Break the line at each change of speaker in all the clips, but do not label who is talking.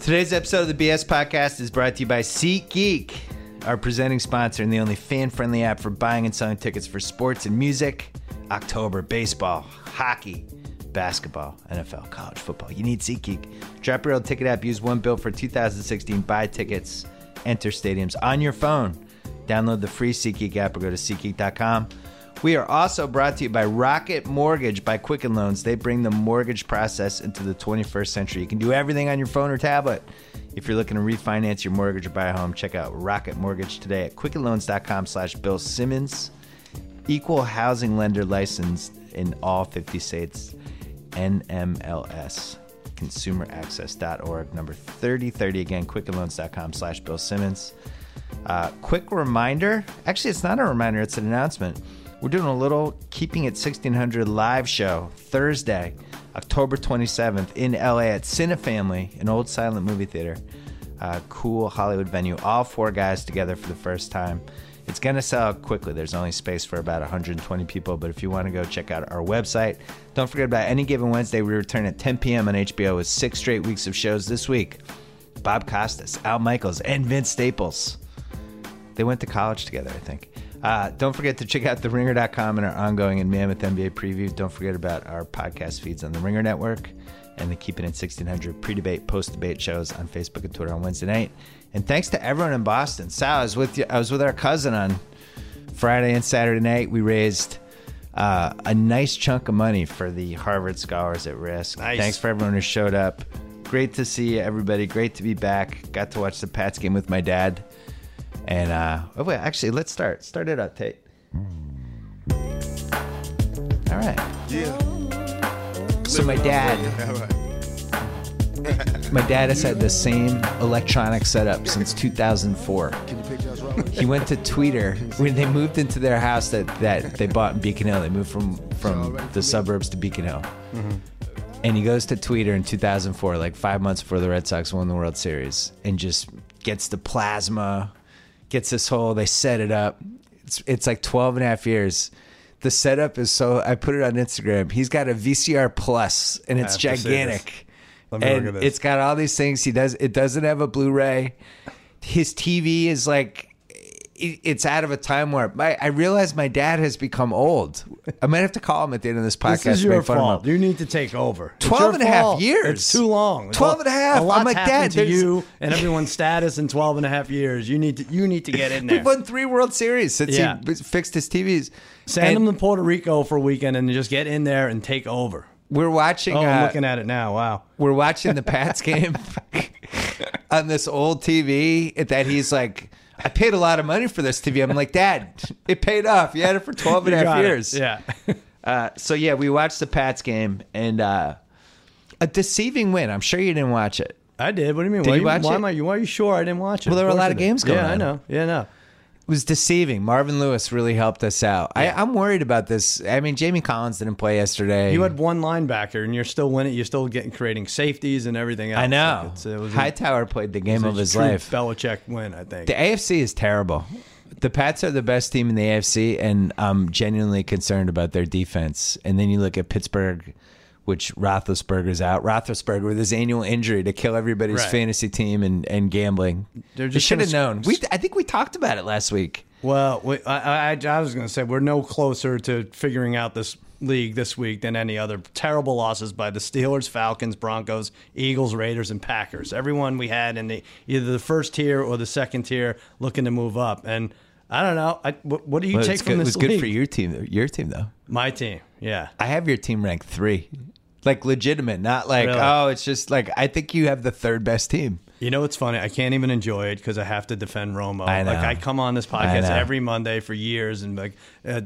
Today's episode of the BS Podcast is brought to you by SeatGeek, our presenting sponsor and the only fan friendly app for buying and selling tickets for sports and music, October, baseball, hockey, basketball, NFL, college football. You need SeatGeek. Drop your old ticket app, use one bill for 2016, buy tickets, enter stadiums on your phone. Download the free SeatGeek app or go to SeatGeek.com. We are also brought to you by Rocket Mortgage by Quicken Loans. They bring the mortgage process into the 21st century. You can do everything on your phone or tablet. If you're looking to refinance your mortgage or buy a home, check out Rocket Mortgage today at quickenloans.com slash Bill Simmons. Equal housing lender licensed in all 50 states. NMLS, consumeraccess.org, number 3030. Again, quickenloans.com slash Bill Simmons. Uh, quick reminder actually, it's not a reminder, it's an announcement. We're doing a little Keeping It 1600 live show Thursday, October 27th in LA at Cinefamily, an old silent movie theater. Uh, cool Hollywood venue. All four guys together for the first time. It's going to sell out quickly. There's only space for about 120 people, but if you want to go check out our website, don't forget about any given Wednesday. We return at 10 p.m. on HBO with six straight weeks of shows this week. Bob Costas, Al Michaels, and Vince Staples. They went to college together, I think. Uh, don't forget to check out theringer.com and our ongoing and Mammoth NBA preview. Don't forget about our podcast feeds on the Ringer Network and the Keeping It 1600 pre debate, post debate shows on Facebook and Twitter on Wednesday night. And thanks to everyone in Boston. Sal, I was with, you, I was with our cousin on Friday and Saturday night. We raised uh, a nice chunk of money for the Harvard Scholars at Risk.
Nice.
Thanks for everyone who showed up. Great to see everybody. Great to be back. Got to watch the Pats game with my dad. And uh, oh wait, actually, let's start. Start it up, Tate. All right.
Yeah.
So my dad, my dad has had the same electronic setup since 2004. He went to Tweeter when they moved into their house that, that they bought in Beacon Hill. They moved from from the suburbs to Beacon Hill. And he goes to Tweeter in 2004, like five months before the Red Sox won the World Series, and just gets the plasma, gets this whole, they set it up. It's, it's like 12 and a half years. The setup is so, I put it on Instagram. He's got a VCR plus, and it's
have to see this.
gigantic.
Let me
and
look at this.
It's got all these things. He does. It doesn't have a Blu-ray. His TV is like, it- it's out of a time warp. My, I realize my dad has become old. I might have to call him at the end of this podcast.
This is
to make
your
fun of him.
fault. You need to take over. It's
12
your
and a half
fault.
years.
It's too long.
12 and a half.
A lot's
I'm like,
happened
Dad,
to
there's-
you and everyone's status in 12 and a half years. You need to you need to get in there.
We've won three World Series since
Yeah.
he b- fixed his TVs.
Send
And
them to Puerto Rico for a weekend and just get in there and take over.
We're watching.
Oh,
uh,
I'm looking at it now. Wow.
we're watching the Pats game on this old TV that he's like, I paid a lot of money for this TV. I'm like, Dad, it paid off. You had it for 12 and a
You
half
got it.
years.
Yeah.
Uh, so, yeah, we watched the Pats game and uh, a deceiving win. I'm sure you didn't watch it.
I did. What do you mean?
Did
why
you
you-
watch
why
it?
Am I, you- why are you sure I didn't watch it?
Well, there were a
course
lot
I
of
did.
games going
yeah,
on.
I know. Yeah, I know.
was deceiving. Marvin Lewis really helped us out. I, I'm worried about this. I mean, Jamie Collins didn't play yesterday.
You had one linebacker and you're still winning. You're still getting creating safeties and everything else.
I
Like,
know.
it's- it was a-
Hightower played the game
it's a
of his
true
life.
Belichick win, I think.
the AFC is terrible. The Pats are the best team in the AFC, and I'm genuinely concerned about their defense. And then you look at Pittsburgh, which Roethlisberger's out. Roethlisberger with his annual injury to kill everybody's
Right.
fantasy team and, and gambling.
They're
They
just
should have
gonna
known.
sc-
We I think we talked about it last week.
Well, we, I, I, I was going to say we're no closer to figuring out this league this week than any other terrible losses by the Steelers, Falcons, Broncos, Eagles, Raiders, and Packers. Everyone we had in the either the first tier or the second tier looking to move up, and I don't know. I, what, what do you
Well,
take
it's
from
good- it was
this
good
league?
for your team. Your team though.
My team, yeah.
I have your team ranked three. Like legitimate, not like
Really?
oh, it's just like I think you have the third best team.
You know what's funny? I can't even enjoy it because I have to defend Romo.
I know.
Like I come on this
I
podcast
know.
every Monday for years and like uh,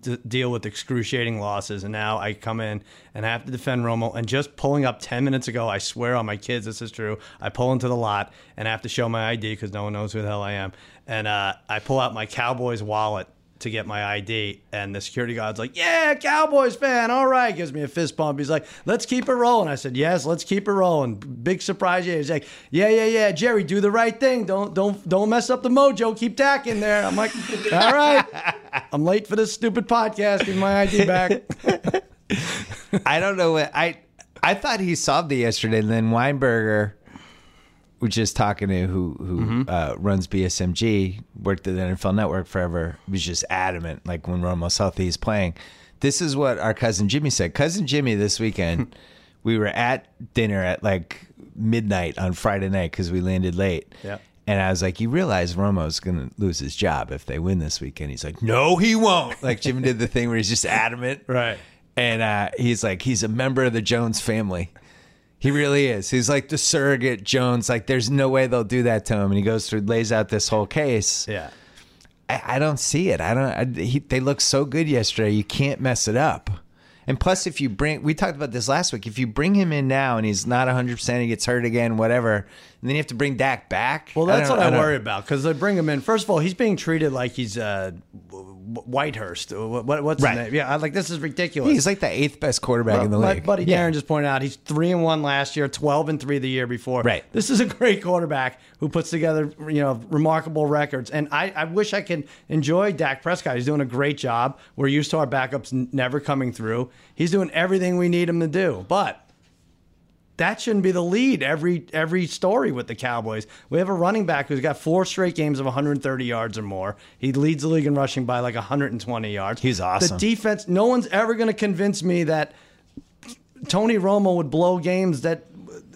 d- deal with excruciating losses, and now I come in and I have to defend Romo. And just pulling up ten minutes ago, I swear on my kids, this is true. I pull into the lot and I have to show my ID because no one knows who the hell I am, and uh, I pull out my Cowboys wallet. To get my ID, and the security guard's like, "Yeah, Cowboys fan, all right." Gives me a fist bump. He's like, "Let's keep it rolling." I said, "Yes, let's keep it rolling." Big surprise. Yeah, he's like, "Yeah, yeah, yeah, Jerry, do the right thing. Don't, don't, don't mess up the mojo. Keep tacking there." I'm like, "All right, I'm late for this stupid podcast. Give me my ID back."
I don't know what I I thought he solved it yesterday. And then Weinberger was just talking to who who uh, runs BSMG, worked at the NFL Network forever. Was just adamant, like when Romo healthy, he's playing. This is what our cousin Jimmy said. Cousin Jimmy, this weekend, we were at dinner at like midnight on Friday night because we landed late.
Yep.
And I was like, you realize Romo's going to lose his job if they win this weekend. He's like, no, he won't. Like Jimmy did the thing where he's just adamant.
Right.
And uh, he's like, he's a member of the Jones family. He really is. He's like the surrogate Jones. Like, there's no way they'll do that to him. And he goes through, lays out this whole case.
Yeah.
I, I don't see it. I don't. I, he, they looked so good yesterday. You can't mess it up. And plus, if you bring, we talked about this last week. If you bring him in now and he's not 100, percent he gets hurt again, whatever, and then you have to bring Dak back.
Well, that's
don't-
what I,
don't-
worry about because they bring him in. First of all, he's being treated like he's uh, w- w- Whitehurst. Uh, What, what's
Right.
his name? Yeah, I- like this is ridiculous.
He's like the eighth best quarterback in the
My
league.
buddy
Yeah.
Darren just pointed out he's three and one last year, twelve and three the year before.
Right.
This is a great quarterback who puts together you know remarkable records, and I, I wish I could enjoy Dak Prescott. He's doing a great job. We're used to our backups n- never coming through. He's doing everything we need him to do, but. That shouldn't be the lead every every story with the Cowboys. We have a running back who's got four straight games of 130 yards or more. He leads the league in rushing by like 120 yards.
He's awesome.
The defense. No one's ever going to convince me that Tony Romo would blow games that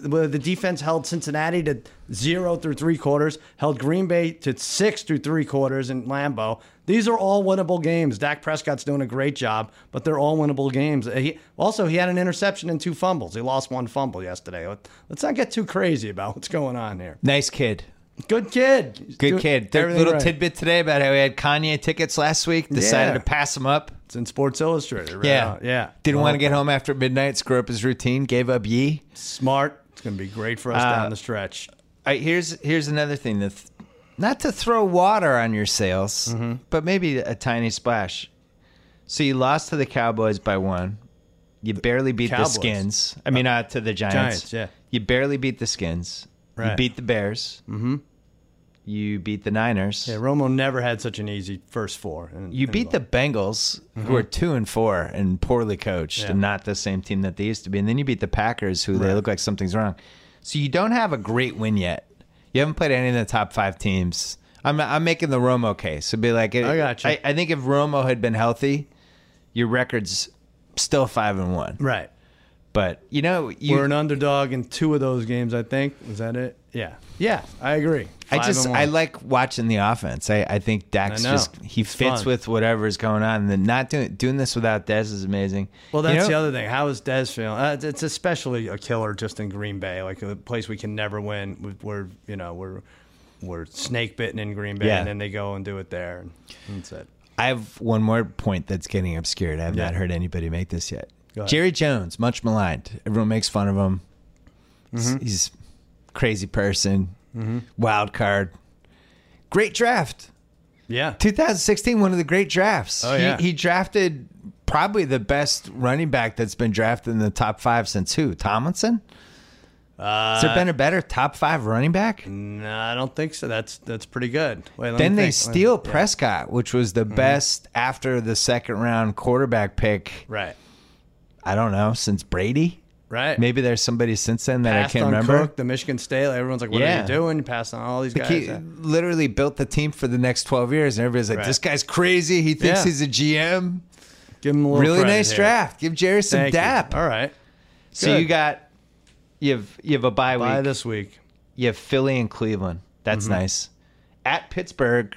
where the defense held Cincinnati to zero through three quarters, held Green Bay to six through three quarters in Lambeau. These are all winnable games. Dak Prescott's doing a great job, but they're all winnable games. He, also, he had an interception and two fumbles. He lost one fumble yesterday. Let- Let's not get too crazy about what's going on here.
Nice kid.
Good kid. He's
Good
doing
kid. Their
everything
little
right.
tidbit today about how we had Kanye tickets last week. Decided
Yeah.
to pass them up.
It's in Sports Illustrated. Right
Yeah,
now. Yeah.
Didn't
Well,
want to get home after midnight. Screw up his routine. Gave up ye.
smart. It's going to be great for us
Uh,
down the stretch.
All right, here's here's another thing that, th- not to throw water on your sails,
Mm-hmm.
but maybe a tiny splash. So you lost to the Cowboys by one. You barely beat
Cowboys.
the Skins. I mean, uh, to the Giants.
Giants, yeah.
You barely beat the Skins. You
Right.
beat the Bears. Mm-hmm. You beat the Niners.
Yeah, Romo never had such an easy first four. in-
You
in
beat the Bengals, who
Mm-hmm.
are two and four and poorly coached and not the same team that they used to be. And then you beat the Packers, who they look like something's wrong. So you don't have a great win yet. You haven't played any of the top five teams. I'm, I'm making the Romo case. It'd be like,
I gotcha.
I, I think if Romo had been healthy, your record's still five and one.
right.
But you know, you,
We're an underdog in two of those games, I think. Is that it? Yeah. Yeah, I agree.
I
Five
just
and one.
I like watching the offense. I, I think Dax
I know.
just he
It's
fits
fun.
with whatever's going on. And then not doing doing this without Dez is amazing.
Well,
You
that's
know-
the other thing. How is Dez feeling? Uh, it's- it's especially a killer just in Green Bay, like a place we can never win. We- We're you know we're we're snake bitten in Green Bay,
Yeah.
and then they go and do it there, and that's it.
I have one more point that's getting obscured. I have not
Yeah.
heard anybody make this yet.
Go ahead.
Jerry Jones, much maligned. Everyone makes fun of him. He's-
Mm-hmm.
He's a crazy person, wild card. Great draft.
Yeah.
2016, one of the great drafts.
Oh, yeah.
he, he drafted probably the best running back that's been drafted in the top five since who? Tomlinson? Has there been a better top five running back?
No, Uh, I don't think so. That's that's pretty good. Wait, let me
Then they
think.
steal
Yeah. Mm-hmm.
Prescott, which was the best after the second round quarterback pick.
Right.
I don't know, since Brady.
Right.
Maybe there's somebody since then that I
Passed
can't
on
remember.
Cook, the Michigan State. Everyone's like, "What
Yeah.
are you doing? You passed on all these guys."
He
Yeah.
literally built the team for the next 12 years, and everybody's like,
Right.
"This guy's crazy. He thinks
Yeah.
he's a GM."
Give him a little
really
credit
nice
here.
draft. Give Jerry some
Thank you.
dap.
All right.
So you
good.
got you have you have a bye
Buy
week.
this week.
you have Philly and Cleveland. That's
Mm-hmm.
nice. At Pittsburgh,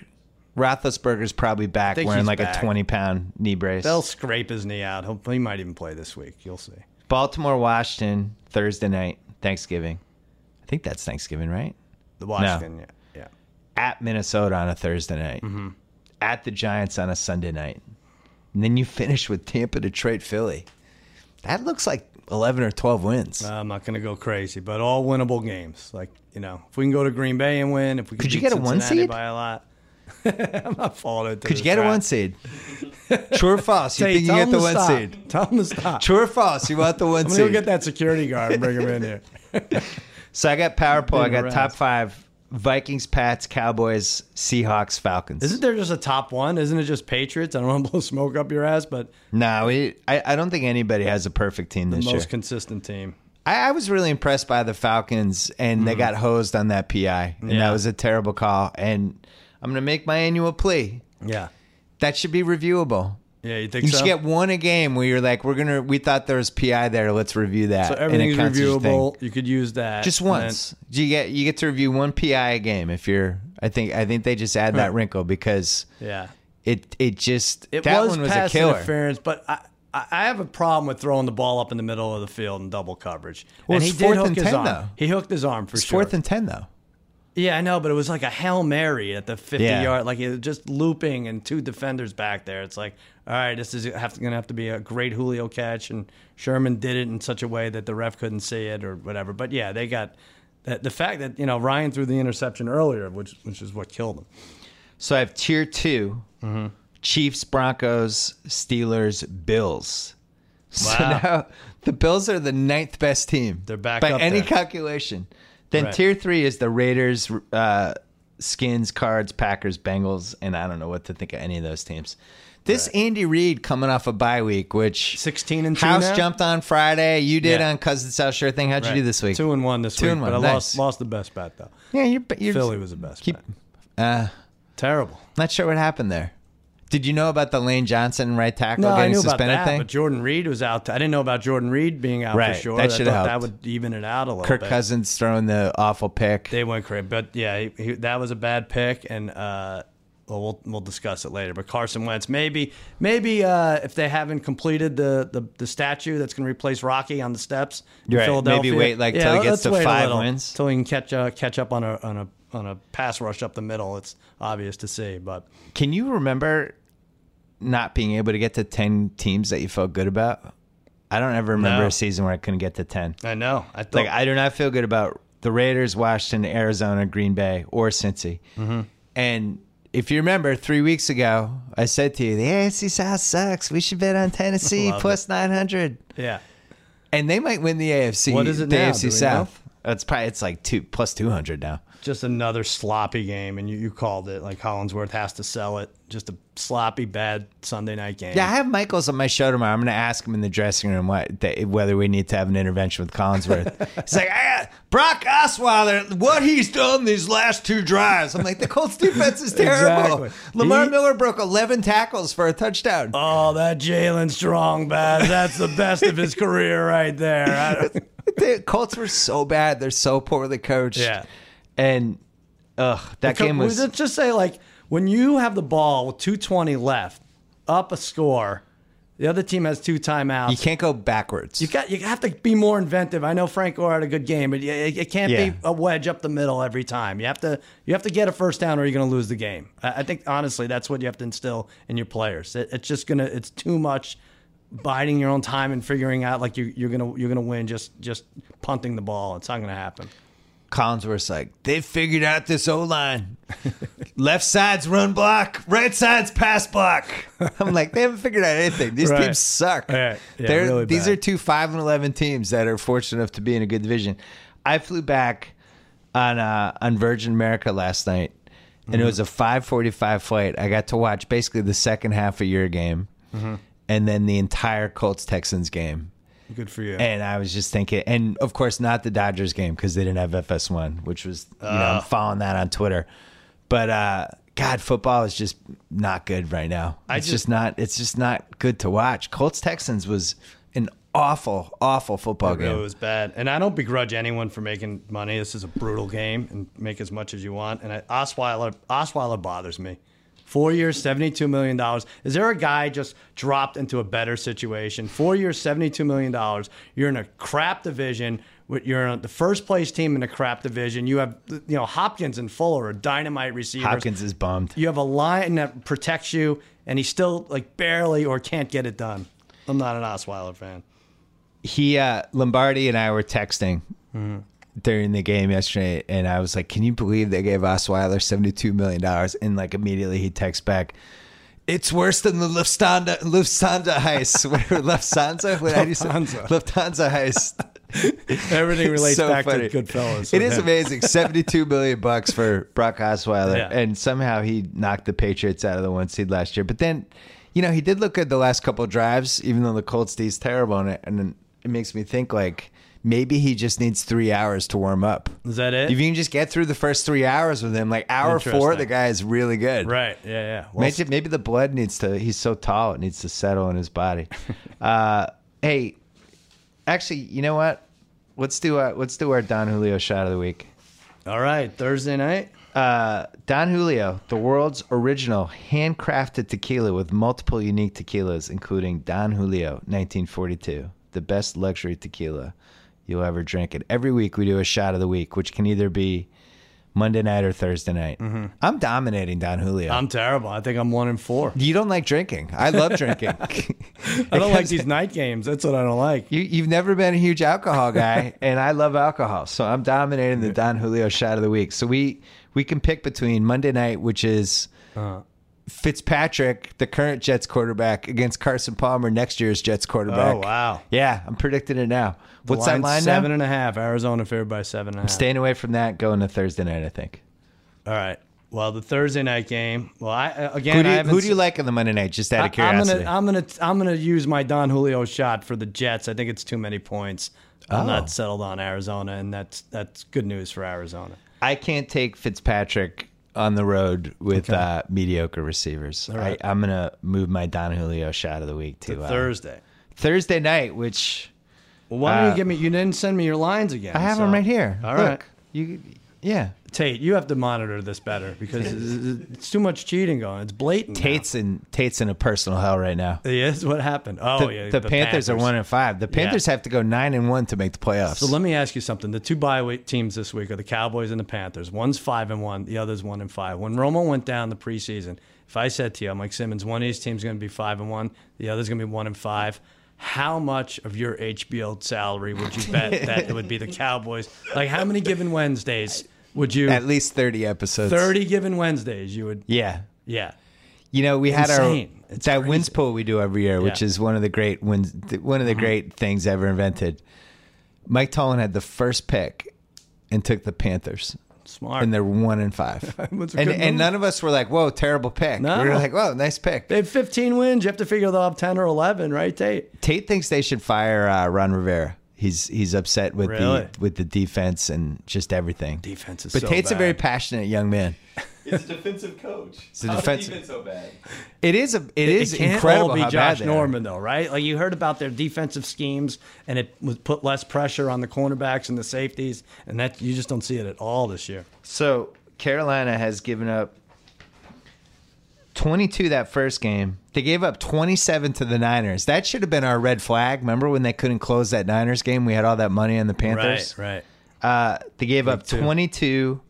Roethlisberger's probably back
think
wearing
he's
like a
back.
20 pound knee brace.
They'll scrape his knee out. He'll, he might even play this week. You'll see.
Baltimore, Washington, Thursday night, Thanksgiving. I think that's Thanksgiving, right?
The Washington. Yeah.
at Minnesota on a Thursday night,
Mm-hmm.
at the Giants on a Sunday night, and then you finish with Tampa, Detroit, Philly. That looks like eleven or twelve wins.
yeah. I'm not going to go crazy, but all winnable games. Like, you know, if we can go to Green Bay and win, if we can
Could you
beat
get a one
Cincinnati
seed?
by a lot. I'm not falling into
Could you get a one seed? True or false? You
Hey,
think you
tell
get
him
the
to
one
stop.
seed?
Tell him to stop.
True or false? You want the one
I'm going to
seed?
get that security guard and bring him in here.
so I got power poll. I
Been
got top
harassed.
five: Vikings, Pats, Cowboys, Seahawks, Falcons.
Isn't there just a top one? Isn't it just Patriots? I don't want to blow smoke up your ass, but
no, we, I, I don't think anybody has a perfect team this
most
year.
consistent team.
I, I was really impressed by the Falcons, and they got hosed on that PI, and that
Mm. Yeah.
was a terrible call. And I'm going to make my annual plea:
Yeah.
that should be reviewable.
Yeah, you think
You
so?
should get one a game where you're like, we're gonna, we thought there was PI there, let's review that.
so
and it
everything's
counts as your thing.
reviewable. You could use that
just
and then-
once. you get you get to review one PI a game if you're. I think I think they just add that wrinkle because
yeah.
it it just
It
that
was
one was a
pass
killer.
interference, but I, I I have a problem with throwing the ball up in the middle of the field in double coverage.
Well,
and he
it's
did
fourth
hook
and
his
10
arm.
though.
He hooked his arm for
It's
sure.
fourth and ten though.
Yeah, I know, but it was like a Hail Mary at the 50
Yeah.
yard, like it was just looping and two defenders back there. It's like, all right, this is have going to have to be a great Julio catch. And Sherman did it in such a way that the ref couldn't see it or whatever. But yeah, they got the, the fact that, you know, Ryan threw the interception earlier, which, which is what killed him.
So I have tier 2
Mm-hmm.
Chiefs, Broncos, Steelers, Bills. So
Wow.
now the Bills are the ninth best team.
They're back
by
up
any
there.
calculation. Then
Right.
tier three is the Raiders, uh, Skins, Cards, Packers, Bengals, and I don't know what to think of any of those teams. This Andy Reid coming off a bye week, which
16 and two
House
now?
jumped on Friday. You did
Yeah.
on Cousin South Sure thing. How'd
Right.
you do this week?
Two and one this
Two
week.
and one,
But I
nice.
lost, lost the best bet, though.
yeah, you're, you're
Philly was the best
keep.
bet.
Uh,
Terrible.
Not sure what happened there. Did you know about the Lane Johnson right tackle
No, I
getting
knew about
suspended
that,
thing?
but Jordan Reed was out. I didn't know about Jordan Reed being out
Right,
for sure.
that
I
should
thought that
help.
would even it out a little
Kirk
bit.
Cousins throwing the awful pick.
They went crazy, but yeah, he, he, that was a bad pick, and uh, well, we'll we'll discuss it later. But Carson Wentz, maybe maybe uh, if they haven't completed the, the, the statue that's going to replace Rocky on the steps, in
Right.
Philadelphia,
Maybe wait, like,
yeah,
till he gets
let's
to
wait a
five
little,
wins.
till he can catch uh, catch up on a on a on a pass rush up the middle. It's obvious to see, but
Can you remember not being able to get to 10 teams that you felt good about? I don't ever remember
No.
a season where I couldn't get to 10.
I know I thought
Like, I do not feel good about the Raiders, Washington, Arizona, Green Bay, or Cincy.
Mm-hmm.
And if you remember, three weeks ago, I said to you, the AFC South sucks. We should bet on Tennessee
Love it.
plus 900.
yeah.
And they might win the AFC.
What is it
the
now? Do
AFC
we
South. It's probably it's like two plus two hundred now.
just another sloppy game, and you, you called it. Like Hollingsworth has to sell it. Just a sloppy, bad Sunday night game.
Yeah, I have Michaels on my show tomorrow. I'm going to ask him in the dressing room what that, whether we need to have an intervention with Collinsworth. He's like, I got Brock Osweiler, what he's done these last two drives. I'm like, the Colts defense is terrible.
Exactly.
Lamar
He-
Miller broke 11 tackles for a touchdown.
Oh, that Jalen Strong bass. That's the best of his career right there. I don't-
the Colts were so bad. They're so poorly coached.
Yeah.
and ugh, that game was
Let's just say, like, when you have the ball with 220 left, up a score, the other team has two timeouts.
you can't go backwards.
You got you have to be more inventive. I know Frank Gore had a good game, but it, it can't
Yeah.
be a wedge up the middle every time. You have to you have to get a first down, or you're going to lose the game. I, I think honestly, that's what you have to instill in your players. It, it's just gonna it's too much biding your own time and figuring out like you, you're gonna you're gonna win just just punting the ball. It's not gonna happen.
Collinsworth's like, they figured out this O line. Left side's run block, right side's pass block. I'm like, they haven't figured out anything. These
Right.
teams suck.
Yeah, yeah,
They're-
really
these
bad.
are two five and eleven teams that are fortunate enough to be in a good division. I flew back on uh, on Virgin America last night, and
Mm-hmm.
it was a 5:45 flight. I got to watch basically the second half of your game,
Mm-hmm.
and then the entire Colts Texans game.
Good for you.
And I was just thinking, and of course, not the Dodgers game because they didn't have FS1, which was, you know, I'm following that on Twitter. But, uh, God, football is just not good right now.
I
it's
just-
just not. It's just not good to watch. Colts Texans was an awful, awful football
It
game.
was bad. And I don't begrudge anyone for making money. This is a brutal game and make as much as you want. And I, Osweiler, Osweiler bothers me. Four years, $72 million. Is there a guy just dropped into a better situation? Four years, $72 million. You're in a crap division. with- You're in the first place team in a crap division. You have, you know, Hopkins and Fuller are dynamite receivers.
Hopkins is bummed.
You have a line that protects you, and he still, like, barely or can't get it done. I'm not an Osweiler fan.
he uh, Lombardi and I were texting during the game yesterday, and I was like, "Can you believe they gave Osweiler seventy two million dollars?" And like immediately he texts back, "It's worse than the Lufthansa Lufthansa heist. Whatever Lufthansa, what I just said?
Lufthansa.
Lufthansa heist.
Everything
It's
relates
so
back
funny.
to Goodfellas.
It
with
is
him.
amazing. Seventy two million bucks for Brock Osweiler,
Yeah.
and somehow he knocked the Patriots out of the one seed last year. But then, you know, he did look good the last couple drives, even though the Colts D's terrible on it. And then it makes me think like, maybe he just needs three hours to warm up.
Is that it?
If you can just get through the first three hours with him, like hour four,
Interesting.
the guy is really good.
right. Yeah. Yeah. Well,
Maybe, maybe the blood needs to. He's so tall, it needs to settle in his body. uh, hey, actually, you know what? Let's do uh, let's do our Don Julio shot of the week.
all right. Thursday night.
Uh, Don Julio, the world's original handcrafted tequila with multiple unique tequilas, including Don Julio 1942, the best luxury tequila you'll ever drink. And every week we do a shot of the week, which can either be Monday night or Thursday night. I'm dominating Don Julio.
I'm terrible. I think I'm one in four.
you don't like drinking. I love drinking.
I don't like these night games. That's what I don't like.
You, you've never been a huge alcohol guy, and I love alcohol, so I'm dominating the Don Julio shot of the week. So we we can pick between Monday night, which is
Uh-huh.
Fitzpatrick, the current Jets quarterback, against Carson Palmer, next year's Jets quarterback.
Oh, wow.
Yeah, I'm predicting it now. What's
Line's
that line
Seven
now?
and a half. Arizona favored by seven and a half.
Staying away from that, going to Thursday night, I think.
All right. Well, the Thursday night game. Well, I uh, again.
Who do
I
you,
haven't
who do
se-
you like on the Monday night? Just out of
I- I'm
curiosity.
gonna, I'm gonna, I'm gonna use my Don Julio shot for the Jets. I think it's too many points. I'm
Oh.
not settled on Arizona, and that's that's good news for Arizona.
I can't take Fitzpatrick on the road with uh, mediocre receivers. I, I'm gonna move my Don Julio shot of the week to, uh,
Thursday.
Thursday night, which
Well, why don't
uh,
you give me? You didn't send me your lines again.
I have them right here.
All
Look,
right,
you, yeah.
Tate, you have to monitor this better because it's- it's too much cheating going. It's blatant. now.
Tate's in Tate's in a personal hell right now.
Yes, what happened? Oh,
The,
yeah.
the Panthers, are one and five. The Panthers have to go nine and one to make the playoffs.
So let me ask you something. The two bye week teams this week are the Cowboys and the Panthers. One's five and one, the other's one and five. When Romo went down the preseason, if I said to you, I'm like Simmons, one of these teams going to be five and one, the other's going to be one and five. How much of your HBO salary would you bet that it would be the Cowboys? Like how many given Wednesdays would you?
At least thirty episodes.
Thirty given Wednesdays, you would.
Yeah.
Yeah.
You know, we had
Insane.
our
It's
that wins pool we do every year, which
Yeah. Mm-hmm.
is one of the great wins, th- one of the great things ever invented. Mike Tolan had the first pick and took the Panthers,
Smart.
and they're one and five.
was a
and
good
and
move.
none of us were like, "Whoa, terrible pick."
No.
We were like, "Whoa, nice pick."
they have 15 wins. You have to figure they'll have 10 or 11, right, Tate?
Tate thinks they should fire uh, Ron Rivera. He's he's upset with
Really?
the with the defense and just everything.
Defense is
But
so
Tate's a
bad.
very passionate young man.
It's a defensive coach. It's
a defensive-
so bad.
It is a it is
it can't
incredible
all be
how bad
Josh
they are.
Norman though, right? Like you heard about their defensive schemes, and it was put less pressure on the cornerbacks and the safeties, and that you just don't see it at all this year.
So Carolina has given up 22 that first game. They gave up 27 to the Niners. That should have been our red flag. Remember when they couldn't close that Niners game? We had all that money on the Panthers.
right.
Uh, they gave up
22.
22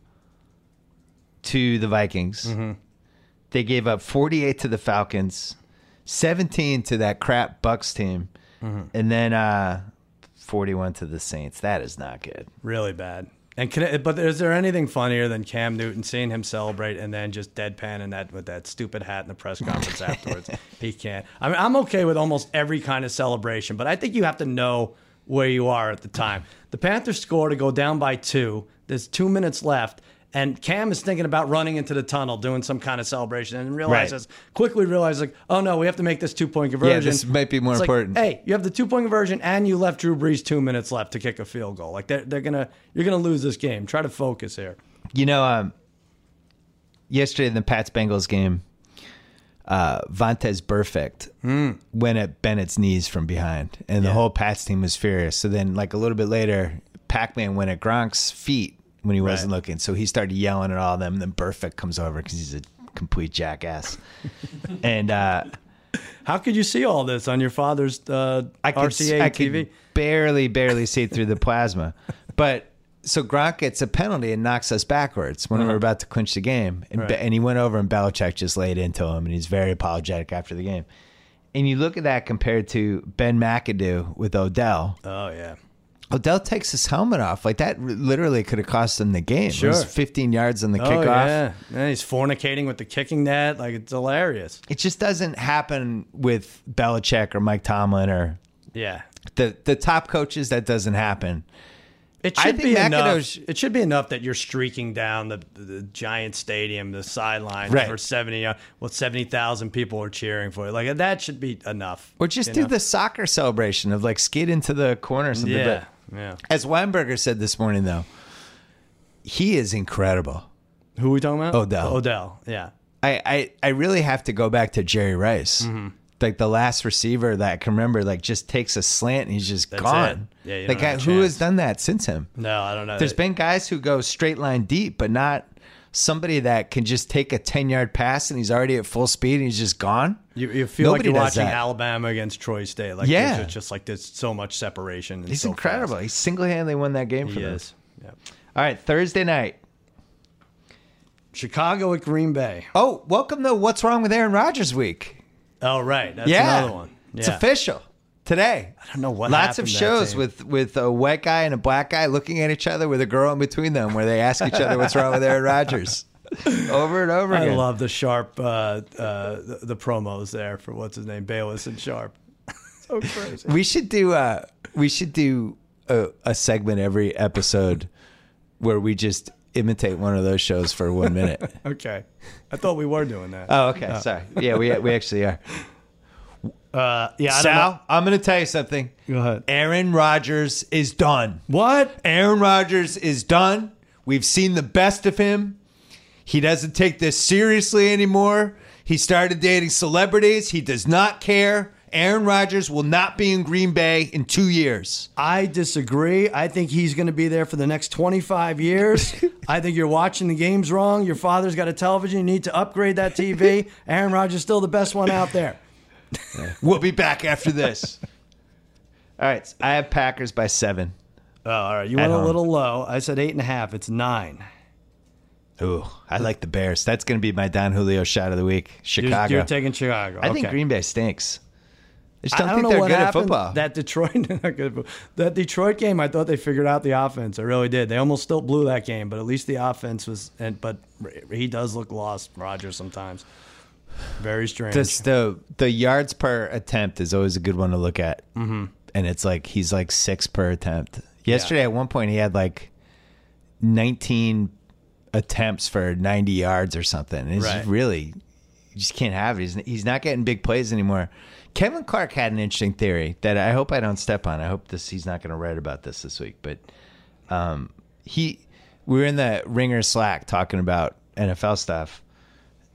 to the Vikings.
Mm-hmm.
They gave up 48 to the Falcons, 17 to that crap Bucks team,
Mm-hmm.
and then uh, 41 to the Saints. That is not good.
Really bad. And can I, but is there anything funnier than Cam Newton seeing him celebrate and then just deadpan and that with that stupid hat in the press conference afterwards? He can't. I mean, I'm okay with almost every kind of celebration, but I think you have to know where you are at the time. The Panthers score to go down by two. There's two minutes left, and Cam is thinking about running into the tunnel doing some kind of celebration and realizes quickly realizes like, oh no, we have to make this two point conversion.
this might be more
It's like,
important.
hey, you have the two point conversion and you left Drew Brees two minutes left to kick a field goal. Like they're, they're gonna you're gonna lose this game. Try to focus here.
You know, um, yesterday in the Pats Bengals game, uh, Vontez Perfect went at Bennett's knees from behind, and the whole Pats team was furious. So then, like a little bit later, Pac Man went at Gronk's feet when he wasn't
Right.
looking. So he started yelling at all of them. Then Perfect comes over because he's a complete jackass. and uh,
How could you see all this on your father's uh,
I could,
RCA
I could
TV?
barely, barely see through the plasma. But so Gronk gets a penalty and knocks us backwards when
Uh-huh.
we are about to clinch the game. And, Be- and he went over and Belichick just laid into him, and he's very apologetic after the game. And you look at that compared to Ben McAdoo with Odell.
Oh yeah,
Odell takes his helmet off. Like that r- literally could have cost him the game. It was
Sure.
15 yards on the
oh
kickoff.
yeah. yeah. He's fornicating with the kicking net. Like it's hilarious.
It just doesn't happen with Belichick or Mike Tomlin or
Yeah,
the, the top coaches. That doesn't happen.
It
I
should
think
be
McAdoo's-
enough. It should be enough that you're streaking down the, the giant stadium, the sideline
Right.
for seventy. uh, Well, seventy thousand people are cheering for you. Like that should be enough.
Or just
you
do
know?
the soccer celebration of like skid into the corner or something.
Yeah,
But
Yeah.
As Weinberger said this morning, though, he is incredible.
Who are we talking about?
Odell.
Odell. Yeah.
I, I, I really have to go back to Jerry Rice.
Mm-hmm.
Like the last receiver that I can remember, like just takes a slant and he's just gone.
it. Yeah, you
like
don't have a
who has
chance.
done that since him?
No, I don't know.
There's been guys who go straight line deep, but not somebody that can just take a ten yard pass and he's already at full speed and he's just gone.
you, you feel like
Nobody
you're
does
watching
that.
Alabama against Troy State. Like
Yeah.
there's just, just like there's so much separation. and
He's
so
incredible.
fast.
He single handedly won that game for
He
them.
is. Yep.
All right, Thursday night.
Chicago at Green Bay.
Oh, welcome to What's Wrong with Aaron Rodgers week.
Oh right, that's
yeah,
another one. Yeah.
it's official today.
I don't know what.
Lots
happened
of
to that
shows
team.
with with a white guy and a black guy looking at each other with a girl in between them, where they ask each other what's wrong with Aaron Rodgers, over and over
I
again.
love the sharp uh, uh, the, the promos there for what's his name Bayless and Sharp. so crazy.
we should do uh, we should do a, a segment every episode where we just imitate one of those shows for one minute.
Okay, Uh, I thought we were doing that.
oh, okay, sorry. Yeah, we we actually are.
Uh, yeah, I don't know.
Sal, I'm going to tell you something.
Go ahead.
Aaron Rodgers is done.
What?
Aaron Rodgers is done. We've seen the best of him. He doesn't take this seriously anymore. He started dating celebrities. He does not care. Aaron Rodgers will not be in Green Bay in two years.
I disagree. I think he's going to be there for the next 25 years. I think you're watching the games wrong. Your father's got a television. You need to upgrade that TV. Aaron Rodgers is still the best one out there.
We'll be back after this. All right. I have Packers by seven.
Oh, all right. You
At
went a
home.
little low. I said eight and a half. It's nine.
Ooh, I like the Bears. That's going to be my Don Julio shot of the week.
You're,
Chicago.
you're taking Chicago.
I think
Okay.
Green Bay stinks. I just
I
don't,
don't
think
know
they're
what
good at
happened.
football.
That Detroit, they're not good at football. that Detroit game, I thought they figured out the offense. I really did. They almost still blew that game, but at least the offense was. And but he does look lost, Rogers sometimes. Very strange.
This, the the yards per attempt is always a good one to look at, mm-hmm. and it's like he's like six per attempt. Yesterday, at one point, he had like nineteen attempts for ninety yards or something. And it's
Right.
really you just can't have it. He's, he's not getting big plays anymore. Kevin Clark had an interesting theory that I hope I don't step on. I hope this he's not going to write about this this week, but he we were in the ringer slack talking about NFL stuff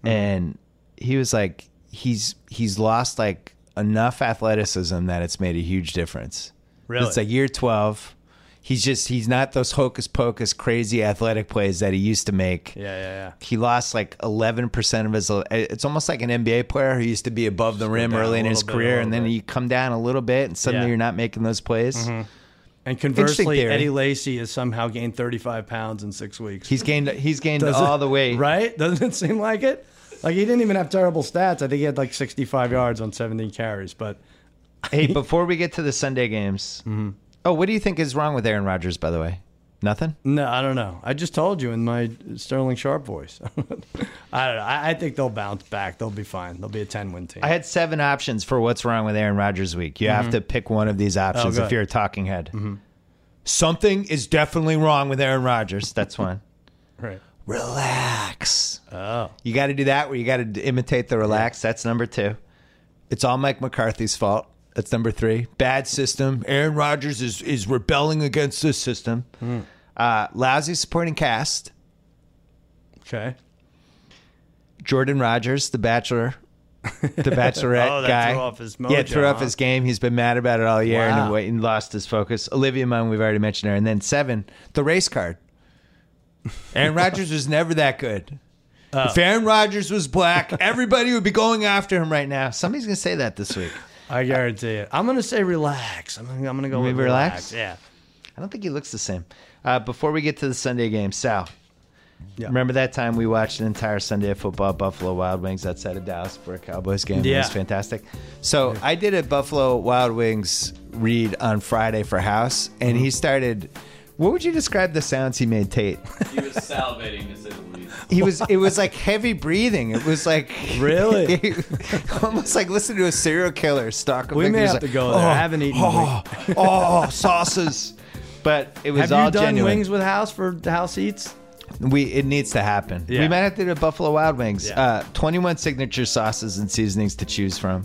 Mm-hmm.
and he was like he's he's lost like enough athleticism that it's made a huge difference.
Really?
It's like year 12. He's just he's not those hocus pocus crazy athletic plays that he used to make.
yeah, yeah, yeah.
He lost like 11% of his. It's almost like an NBA player who used to be above the rim
down
early
a
in his
little bit, a
career,
little
and then
bit.
you come down a little bit, and suddenly
Yeah. Mm-hmm.
you're not making those plays.
And
Interesting
conversely,
theory.
Eddie Lacy has somehow gained 35 pounds in six weeks.
He's gained he's gained
Does
all
it-
the weight.
Right? Doesn't it seem like it? Like, he didn't even have terrible stats. I think he had like 65 yards on 17 carries, but
Hey, before we get to the Sunday games, oh, what do you think is wrong with Aaron Rodgers? By the way, nothing.
no, I don't know. I just told you in my Sterling Sharp voice. I don't know. I, I think they'll bounce back. They'll be fine. They'll be a 10 win team.
I had seven options for what's wrong with Aaron Rodgers week. You have to pick one of these options if
go ahead.
you're a talking head. Something is definitely wrong with Aaron Rodgers. That's one.
right.
relax.
Oh.
You got to do that where you got to imitate the relax. That's number two. It's all Mike McCarthy's fault. That's number three. Bad system. Aaron Rodgers is is rebelling against this system. Uh, lousy supporting cast.
Okay.
Jordan Rogers, the Bachelor, the Bachelorette
Oh, that
guy,
threw off his
yeah,
mojo,
threw off
huh?
his game. He's been mad about it all year and,
Wow.
wa- and lost his focus. Olivia Munn, we've already mentioned her, and then seven, the race card. Aaron Rodgers was never that good.
Oh.
If Aaron Rodgers was black, everybody would be going after him right now. Somebody's gonna say that this week.
I guarantee it. I'm going to say relax. I'm, I'm going to go
Maybe
with
relax?
relax. Yeah.
I don't think he looks the same. Uh, before we get to the Sunday game, Sal.
Yeah.
Remember that time we watched an entire Sunday of football at Buffalo Wild Wings outside of Dallas for a Cowboys game? It
Yeah.
was fantastic. So I did a Buffalo Wild Wings read on Friday for House, and
Mm-hmm.
he started. What would you describe the sounds he made, Tate?
He was salivating to say the least.
He was. It was like heavy breathing. It was like
Really?
almost like listening to a serial killer stalk. him.
We
Like,
may
he was
have
like,
to go there. I haven't eaten.
Oh, oh, sauces. But it was
Have
all
you done
genuine.
wings with house for house eats?
We it needs to happen.
Yeah.
We might have to do Buffalo Wild Wings.
Yeah. Mm-hmm.
Uh, Twenty-one signature sauces and seasonings to choose from.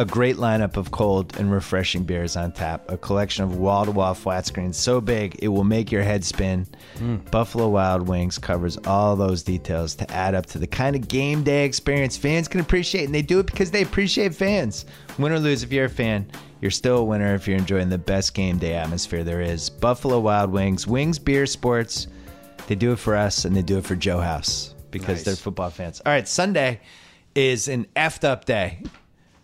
A great lineup of cold and refreshing beers on tap. A collection of wall to wall flat screens so big it will make your head spin.
Mm.
Buffalo Wild Wings covers all those details to add up to the kind of game day experience fans can appreciate, and they do it because they appreciate fans. Win or lose, if you're a fan, you're still a winner if you're enjoying the best game day atmosphere there is. Buffalo Wild Wings, Wings Beer Sports. They do it for us and they do it for Joe House because
Nice.
they're football fans. All right, Sunday is an effed up day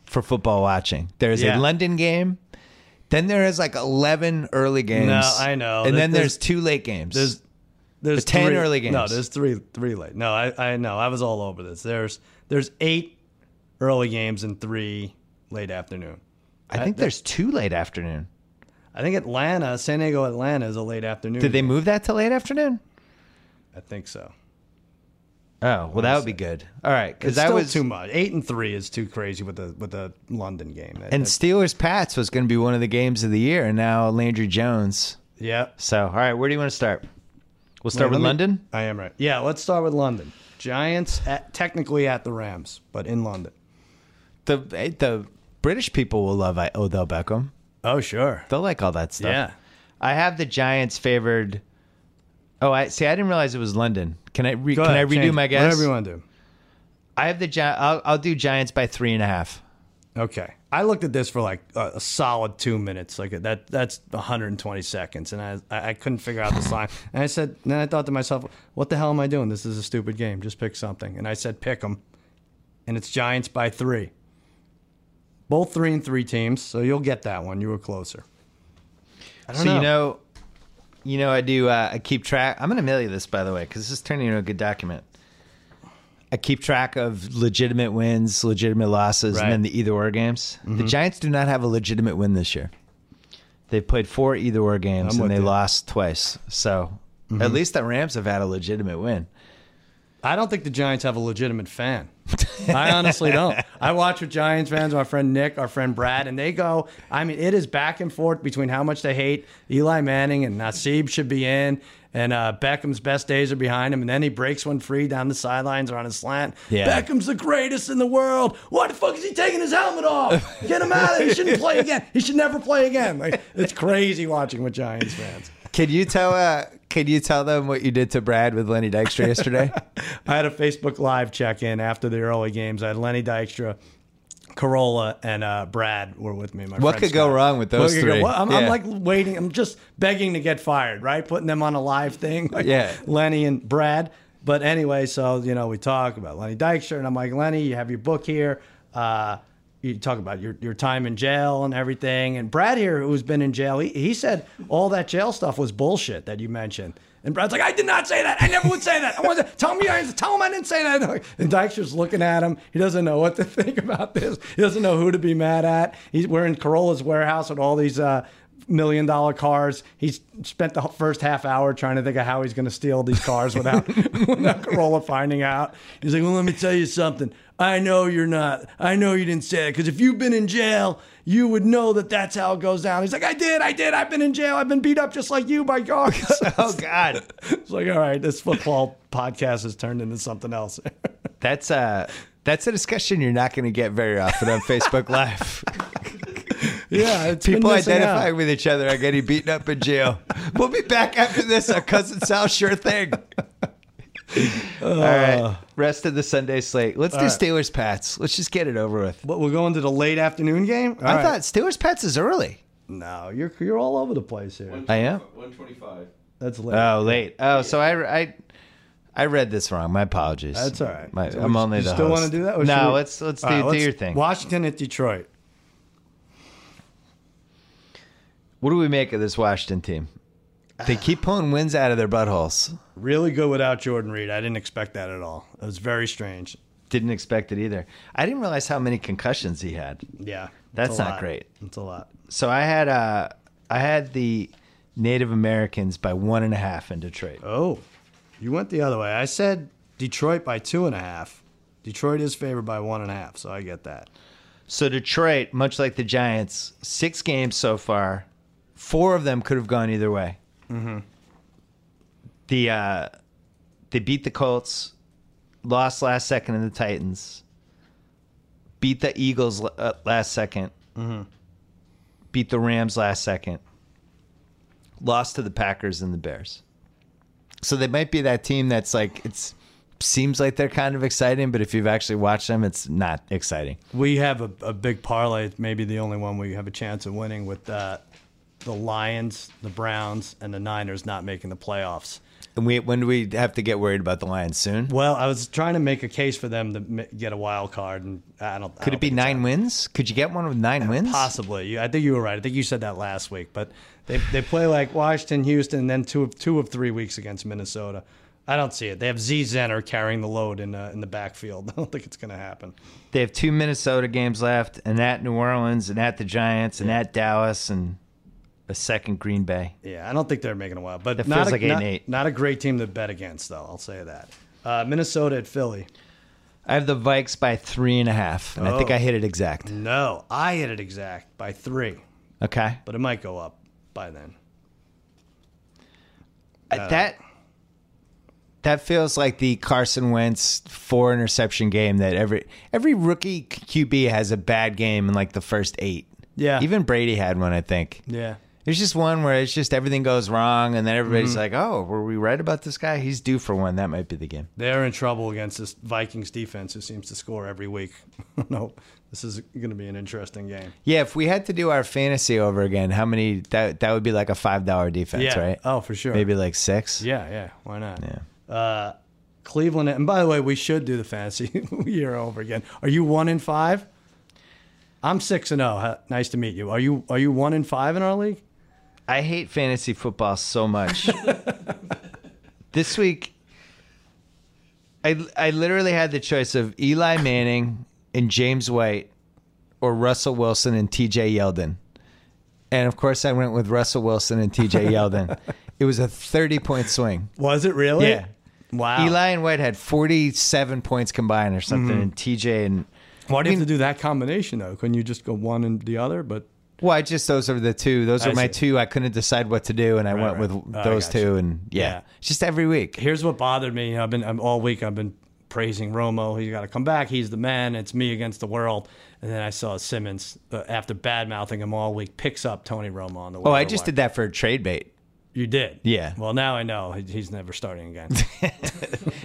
for football watching. There's a
Yeah.
London game. Then there is like 11 early games.
I know.
And
There-
then there's,
there's-
two late games.
There's there's
The 10
three-
early games.
No, there's three three late. No, I I know. I was all over this. There's there's eight early games and three late afternoon.
I think there's two late afternoon.
I think Atlanta, San Diego, Atlanta is a late afternoon.
Did they move that to late afternoon?
I think so.
Oh, well, that would be good. All right. Because
It's
that
still
was.
too much. Eight and three is too crazy with the with the London game. That-
and
that-
Steelers Pats was going to be one of the games of the year, and now Landry Jones.
yeah,
So, all right, where do you want to start? We'll start
Wait,
with
let me-
London.
I am right. Yeah, let's start with London. Giants at, technically at the Rams, but in London.
The eh, the British people will love I- Odell Beckham.
Oh sure.
They'll like all that stuff.
Yeah.
I have the Giants favored. Oh, I see. I didn't realize it was London. Can I re,
Go
can I
ahead,
redo
change-
my guess?
Whatever you want to do.
I have the Gi- I'll, I'll do Giants by three and a half.
Okay. I looked at this for like a, a solid two minutes. Like that, that's 120 seconds, and I, I I couldn't figure out this line. And I said, then I thought to myself, what the hell am I doing? This is a stupid game. Just pick something. And I said, pick them, and it's Giants by three. Both three and three teams, so you'll get that one. You were closer. I don't
So you know, you know, I do. Uh, I keep track. I'm going to mail you this, by the way, because this is turning into a good document. I keep track of legitimate wins, legitimate losses,
Right. Mm-hmm.
and then the either or games. The Giants do not have a legitimate win this year. They've played four either or games and
I'm with
they
you. Mm-hmm.
lost twice. So at least the Rams have had a legitimate win.
I don't think the Giants have a legitimate fan. I honestly don't. I watch with Giants fans, my friend Nick, our friend Brad, and they go. I mean, it is back and forth between how much they hate Eli Manning and Nasib should be in, and uh, Beckham's best days are behind him, and then he breaks one free down the sidelines or on a slant.
Yeah.
Beckham's the greatest in the world. Why the fuck is he taking his helmet off? Get him out of there. He shouldn't play again. He should never play again. Like it's crazy watching with Giants fans.
Can you tell? Uh, can you tell them what you did to Brad with Lenny Dykstra yesterday?
I had a Facebook Live check in after the early games. I had Lenny Dykstra, Corolla, and uh, Brad were with me. My
What
friend
could go
Scott.
wrong with those
What could go-
three?
well, I'm,
Yeah.
I'm like waiting. I'm just begging to get fired, right? Putting them on a live thing. Like
Yeah.
Lenny and Brad. But anyway, so, you know, we talk about Lenny Dykstra, and I'm like, Lenny, you have your book here. Uh, you talk about your, your time in jail and everything. And Brad here, who's been in jail, he, he said all that jail stuff was bullshit that you mentioned. And Brad's like, I did not say that. I never would say that. I want to tell me, I tell him I didn't say that. And Dykstra's looking at him. He doesn't know what to think about this. He doesn't know who to be mad at. He's we're in Corolla's warehouse with all these uh, million dollar cars. He's spent the first half hour trying to think of how he's going to steal these cars without, without Corolla finding out. He's like, well, let me tell you something. I know you're not. I know you didn't say that because if you've been in jail, you would know that that's how it goes down. He's like, I did. I did. I've been in jail. I've been beat up just like you by cars.
oh God,
it's like, all right, this football podcast has turned into something else.
that's a that's a discussion you're not going to get very often on Facebook Live.
yeah, it's been
People
missing out.
identifying with each other are getting beaten up in jail. we'll be back after this on Cousin Sal, sure thing. All right, rest of the Sunday slate. Let's do
Uh. right.
Steelers Pats. Let's just get it over with.
But we're going to the late afternoon game. All
I
right.
thought Steelers Pats is early.
no, you're you're all over the place here.
I am?
125.
That's late.
Oh, late. Oh, so I, I, I read this wrong. My apologies.
That's all right.
My,
So
I'm
we-
only
you
the
still
host.
want to do that? or should
No,
we-
let's let's do,
All right,
do
let's-
your thing.
Washington at Detroit.
What do we make of this Washington team? They keep pulling wins out of their buttholes.
Really good without Jordan Reed. I didn't expect that at all. It was very strange.
Didn't expect it either. I didn't realize how many concussions he had.
Yeah, it's
That's
a
not
lot.
great.
It's a lot.
So I had uh, I had the Native Americans by one and a half in Detroit.
Oh, you went the other way. I said Detroit by two and a half. Detroit is favored by one and a half, so I get that.
So Detroit, much like the Giants, six games so far, four of them could have gone either way. The uh, they beat the Colts, lost last second in the Titans, beat the Eagles l- uh, last 2nd beat the Rams last second, lost to the Packers and the Bears. So they might be that team that's like it's seems like they're kind of exciting, but if you've actually watched them, it's not exciting.
We have a, a big parlay. It's maybe the only one we have a chance of winning with uh, the Lions, the Browns, and the Niners not making the playoffs.
And we when do we have to get worried about the Lions soon?
Well, I was trying to make a case for them to m- get a wild card, and I don't.
Could it be nine wins? Could you get one with nine wins?
Possibly. You- I think you were right. I think you said that last week. But they, they play like Washington, Houston, and then two of two of three weeks against Minnesota. I don't see it. They have Z Zenner carrying the load in uh, in the backfield. I don't think it's going to happen.
They have two Minnesota games left, and at New Orleans, and at the Giants, and at Dallas, and a second Green Bay.
Yeah, I don't think they're making a wild. But
That
not
feels
a,
like eight
not,
and eight.
not a great team to bet against, though. I'll say that. Uh, Minnesota at Philly.
I have the Vikes by three and a half, and I think
Oh.
I hit it exact.
No, I hit it exact by three,
Okay.
but it might go up by then.
Uh, that that feels like the Carson Wentz four interception game that every every rookie QB has a bad game in like the first eight.
Yeah.
Even Brady had one, I think.
Yeah.
There's just one where it's just everything goes wrong, and then everybody's like,
Mm-hmm.
"Oh, were we right about this guy? He's due for one. That might be the game."
They're in trouble against this Vikings defense who seems to score every week. no, this is going to be an interesting game.
Yeah, if we had to do our fantasy over again, how many that that would be like a five dollar defense, right?
Oh, for sure.
Maybe like six.
Yeah, yeah. Why not?
Yeah.
Uh, Cleveland. And by the way, we should do the fantasy year over again. Are you one in five? I'm six and zero. Huh, Nice to meet you. Are you are you one in five in our league?
I hate fantasy football so much. this week, I I literally had the choice of Eli Manning and James White, or Russell Wilson and T.J. Yeldon, and of course I went with Russell Wilson and T.J. Yeldon. it was a thirty point swing.
Was it really?
Yeah.
Wow. Mm-hmm.
Eli and White had forty seven points combined or something, and T.J. and
why do you have to do that combination though? Couldn't you just go one and the other? But
well, I just those are the two. Those
I
are my
see.
two. I couldn't decide what to do, and I went
right.
with
Oh, I
those
gotcha.
two. And yeah,
Yeah.
It's just every week.
here's what bothered me. You know, I've been I'm, all week. I've been praising Romo. He's got to come back. He's the man. It's me against the world. And then I saw Simmons uh, after bad mouthing him all week picks up Tony Romo on the.
Oh, I just did that for a trade bait.
You did.
Yeah.
Well, now I know he- he's never starting again.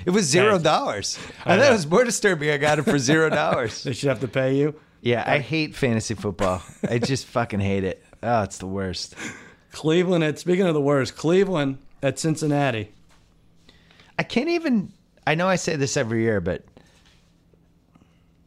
It was zero dollars. I,
I
thought it
know.
was more disturbing. I got it for zero dollars.
they should have to pay you.
yeah, I hate fantasy football. I just fucking hate it. Oh, it's the worst.
Cleveland. At, speaking of the worst, Cleveland at Cincinnati.
I can't even. I know I say this every year, but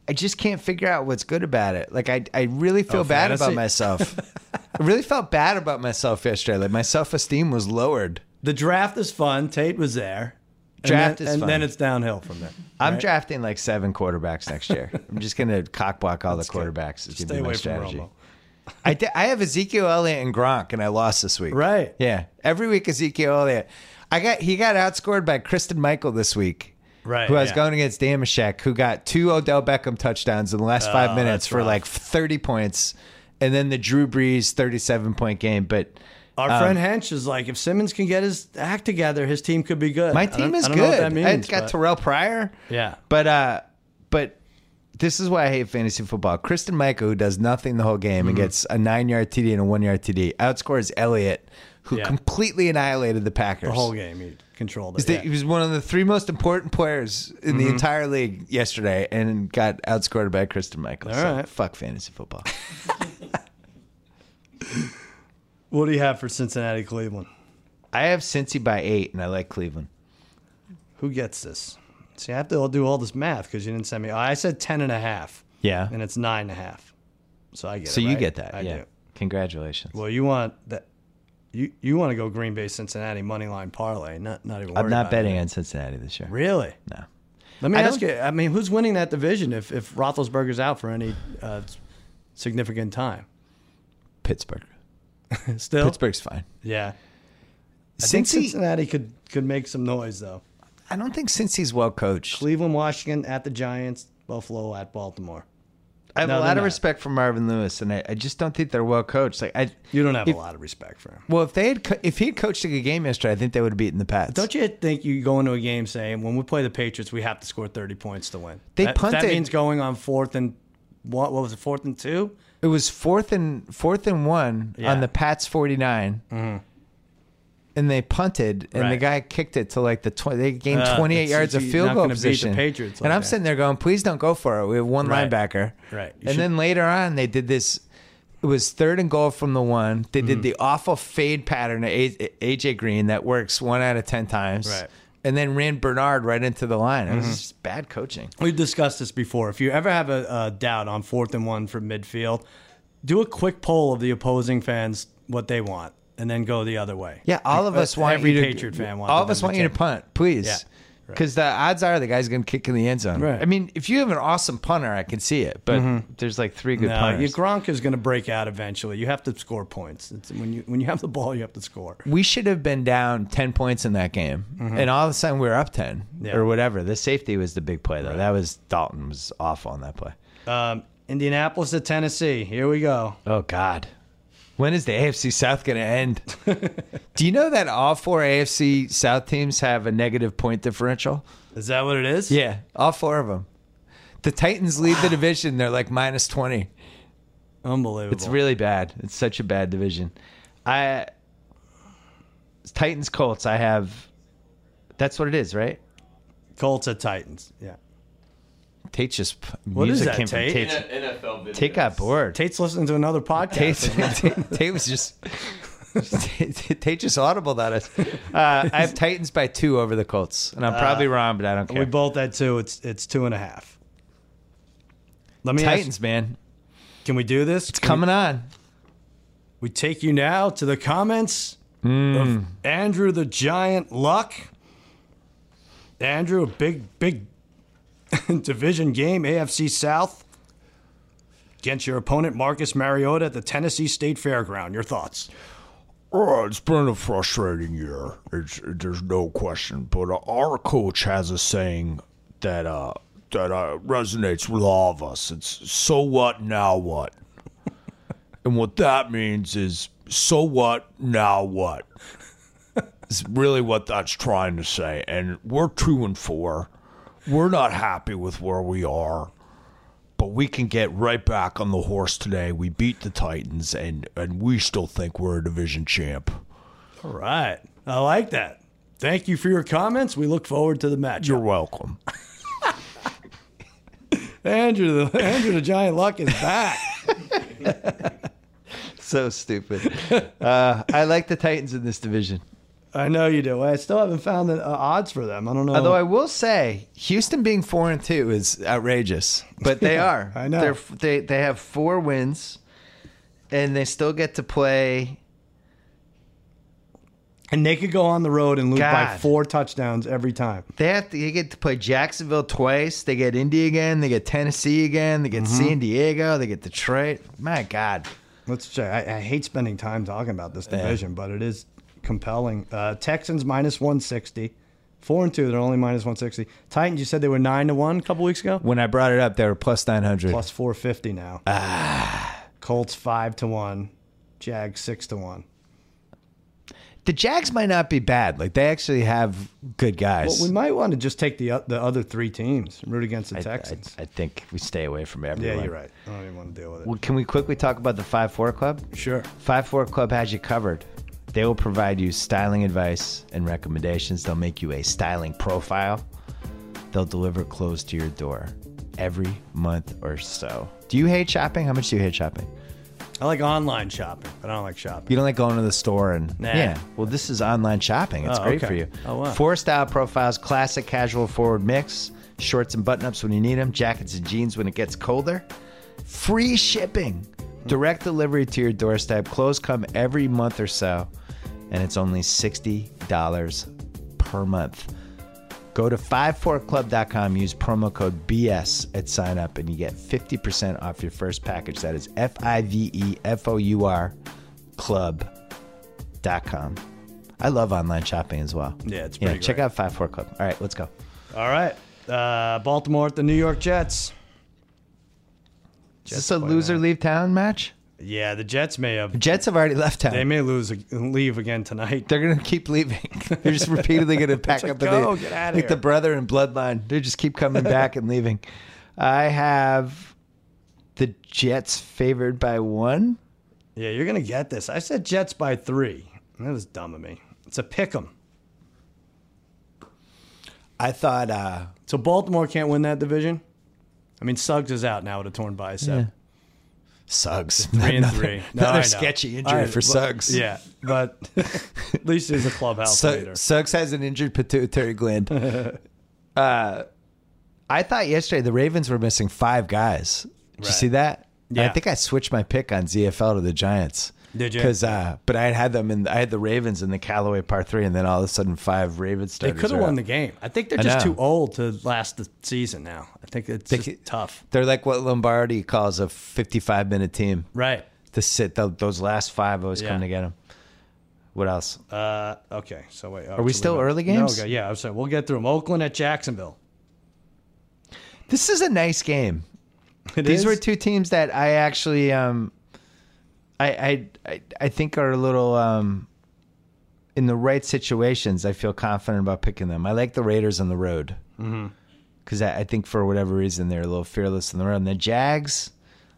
I just can't figure out what's good about it. Like I, I really feel
Oh,
bad about
fantasy?
myself. I really felt bad about myself yesterday. Like my self esteem was lowered.
The draft is fun. Tate was there. And
Draft
then-
is
and
fun.
then it's downhill from there.
I'm drafting like seven quarterbacks next year. I'm just gonna cockblock all the quarterbacks. It's
Stay
gonna be my
away
strategy.
from Romo.
I, di- I have Ezekiel Elliott and Gronk, and I lost this week.
Right.
Yeah. Every week Ezekiel Elliott. I got he got outscored by Kristen Michael this week.
Right,
Who I was
yeah.
going against Damashek, who got two Odell Beckham touchdowns in the last five
Oh,
minutes
that's
for
rough.
like thirty points, and then the Drew Brees thirty-seven point game. But
Our friend
Um,
Hench is like, if Simmons can get his act together, his team could be good.
my
I don't-
team is
I
good.
don't know what that means,
I got
but-
Terrell Pryor.
Yeah.
But uh, but this is why I hate fantasy football. Kristen Michael, who does nothing the whole game and
Mm-hmm.
gets a nine yard TD and a one yard TD, outscores Elliott, who
Yeah.
completely annihilated the Packers.
The whole game, he controlled it.
They-
yeah.
He was one of the three most important players in
Mm-hmm.
the entire league yesterday, and got outscored by Kristen Michael.
All
so
right.
fuck fantasy football.
What do you have for Cincinnati, Cleveland?
I have Cincy by eight, and I like Cleveland.
Who gets this? See, I have to do all this math because you didn't send me. oh, I said ten and a half,
Yeah.
and it's nine and a half. So I get.
So
it,
you
right?
get that?
I
yeah.
do.
Congratulations.
Well, you want that? You you want to go Green Bay, Cincinnati money line parlay? Not not even.
I'm
worried
not
about
betting
it.
on Cincinnati this year.
Really?
No.
Let me
I
ask
don't-
you. I mean, who's winning that division if if Roethlisberger's out for any uh, significant time?
Pittsburgh.
Still,
Pittsburgh's fine.
yeah. I think
Cincy,
Cincinnati could could make some noise though.
I don't think Cincy's well coached.
Cleveland, Washington at the Giants, Buffalo at Baltimore.
I have
No,
a
they're
lot of
not.
respect for Marvin Lewis, and I, I just don't think they're well coached. Like I,
You don't have
If-
a lot of respect for him.
well, if they had, co- if he had coached a good game yesterday, I think they would have beaten the Pats.
Don't you think you go into a game saying, when we play the Patriots, we have to score 30 points to win?
They
that,
punted-
That means going on fourth and what, what was it, fourth and two?
It was fourth and fourth and one
Yeah. Mm-hmm.
on the Pats forty and they punted, and the
Right.
guy kicked it to like the twenty. They gained
Uh,
twenty eight
it's-
yards of
you're
field
not
goal
gonna beat the
position.
Patriots
and
like
I'm
that.
sitting there going, "Please don't go for it. We have one
Right.
linebacker."
Right. You
and
should-
then later on, they did this. It was third and goal from the one. They
Mm-hmm.
did the awful fade pattern to A- AJ Green that works one out of ten times.
Right. Mm-hmm.
And then ran Bernard right into the line. It was just bad coaching.
We've discussed this before. If you ever have a, uh doubt on fourth and one from midfield, do a quick poll of the opposing fans what they want, and then go the other way.
Yeah, all of
Uh,
us want
every
you to,
Patriot fan wants
All of
them
us
to
want you to
kick.
punt, please.
Yeah,
Because the odds are the guy's going to kick in the end zone.
Right. Mm-hmm.
I mean, if you have an awesome punter, I can see it. But there's like three good
No, your
punters.
Gronk is going to break out eventually. You have to score points. It's, when you when you have the ball, you have to score.
we should have been down ten points in that game, and all of a sudden we were up ten
Mm-hmm. Yeah.
or whatever. The safety was the big play though. That was Dalton was awful on that play.
Um, Indianapolis to Tennessee. Here we go.
Oh God, when is the AFC South going to end? Do you know that all four AFC South teams have a negative point differential?
Is that what it is?
Yeah, all four of them. The Titans lead the division. They're like minus 20.
unbelievable.
It's really bad. It's such a bad division. I Titans Colts, I have That's what it is, right?
Colts at Titans. Yeah,
Tate just p-
What is
music
that,
came
Tate?
from Tate's,
N- NFL video.
Tate got bored.
Tate's listening to another podcast.
Tate, Tate, Tate was just Tate Tate just audible that us. Uh, I have Titans by two over the Colts, and I'm probably wrong, but I don't
We
care.
both had two. It's it's two and a half. Let me
Titans, man,
ask. Can we do this?
it's coming on.
We take you now to the comments of Andrew the Giant Luck. Andrew, a big, big division game, AFC South, against your opponent, Marcus Mariota, at the Tennessee State Fairground. Your thoughts?
Oh, it's been a frustrating year. It's, there's no question. But uh, our coach has a saying that uh, that uh, resonates with all of us. It's so what now what, and what that means is so what now what. It's really what that's trying to say. And we're two and four. We're not happy with where we are but we can get right back on the horse today. We beat the Titans, and and we still think we're a division champ.
All right. I like that. Thank you for your comments. We look forward to the match.
You're welcome.
Andrew, the, Andrew the Giant Luck is back.
So stupid. Uh, I like the Titans in this division.
I know you do. I still haven't found the uh, odds for them. I don't know.
Although I will say, Houston being four and two is outrageous, but they are.
I know.
They're, they they have four wins, and they still get to play.
and they could go on the road and lose by
God.
four touchdowns every time.
They have to. They get to play Jacksonville twice. They get Indy again. They get Tennessee again. They get San Diego. They get Detroit. My God,
Let's check. I, I hate spending time talking about this division, but it is compelling. Uh, Texans minus 160. Four and two, they're only minus 160. Titans, you said they were nine to one a couple weeks ago?
when I brought it up, they were plus nine hundred.
Plus 450 now.
Ah.
Colts five to one. Jags six to one.
The Jags might not be bad. Like they actually have good guys.
But we might want to just take the o- the other three teams and root against the
I,
Texans.
I, I think we stay away from everyone.
yeah, you're right. I don't even want to deal with it.
Well, can we quickly talk about the five four club?
Sure.
Five Four Club has you covered. They will provide you styling advice and recommendations. They'll make you a styling profile. They'll deliver clothes to your door every month or so. Do you hate shopping? How much do you hate shopping?
I like online shopping, but I don't like shopping.
You don't like going to the store and
Nah.
yeah. Well, this is online shopping. It's
Oh,
great
okay.
for you.
Oh, wow.
Four style profiles: classic, casual, forward mix, shorts and button ups when you need them, jackets and jeans when it gets colder. Free shipping, direct delivery to your doorstep. Clothes come every month or so, and it's only sixty dollars per month. Go to 54club.com, use promo code BS at sign up, and you get 50% off your first package. That is F I V E F O U R club.com. I love online shopping as well.
Yeah, it's
yeah,
pretty
check
great.
out 54 Club. All right, let's go.
All right. Uh, Baltimore at the New York Jets.
Is this a
play
loser leave town match?
Yeah, the Jets may have.
Jets have already left town.
They may lose, leave again tonight.
They're gonna keep leaving. They're just repeatedly gonna pack
Just
up. the-
go, get outta
like the
here.
brother and bloodline. They just keep coming back and leaving. I have the Jets favored by one.
Yeah, you're gonna get this. I said Jets by three. That was dumb of me. It's a pick 'em.
I thought, uh,
So Baltimore can't win that division. I mean, Suggs is out now with a torn bicep.
Suggs.
Three and
Another-
three. No, I
Another
know.
sketchy
I-
injury for
but-
Suggs.
Yeah, but at least he's a clubhouse
Su-
leader.
Suggs has an injured pituitary gland. uh, I thought yesterday the Ravens were missing five guys. Did you
Right.
see that? I
Yeah.
think I switched my pick on ZFL to the Giants.
Did you?
Because, uh, but I had had them in. I had the Ravens in the Callaway Par Three, and then all of a sudden, five Ravens.
They could have won the game. I think they're
I
just
know.
too old to last the season now. I think it's just
ca-
tough.
They're like what Lombardi calls a 55 minute team.
Right.
To sit th- those last five, I was
Yeah.
coming to get them. What else?
Uh, okay. So wait. Are
we still early games?
No, okay, yeah. I'm sorry. We'll get through them. Oakland at Jacksonville.
This is a nice game.
It
These
is-
were two teams that I actually, um, I, I, I, I think are a little um, in the right situations. I feel confident about picking them. I like the Raiders on the road
Mm-hmm.
because I, I think for whatever reason they're a little fearless on the road. And the Jags,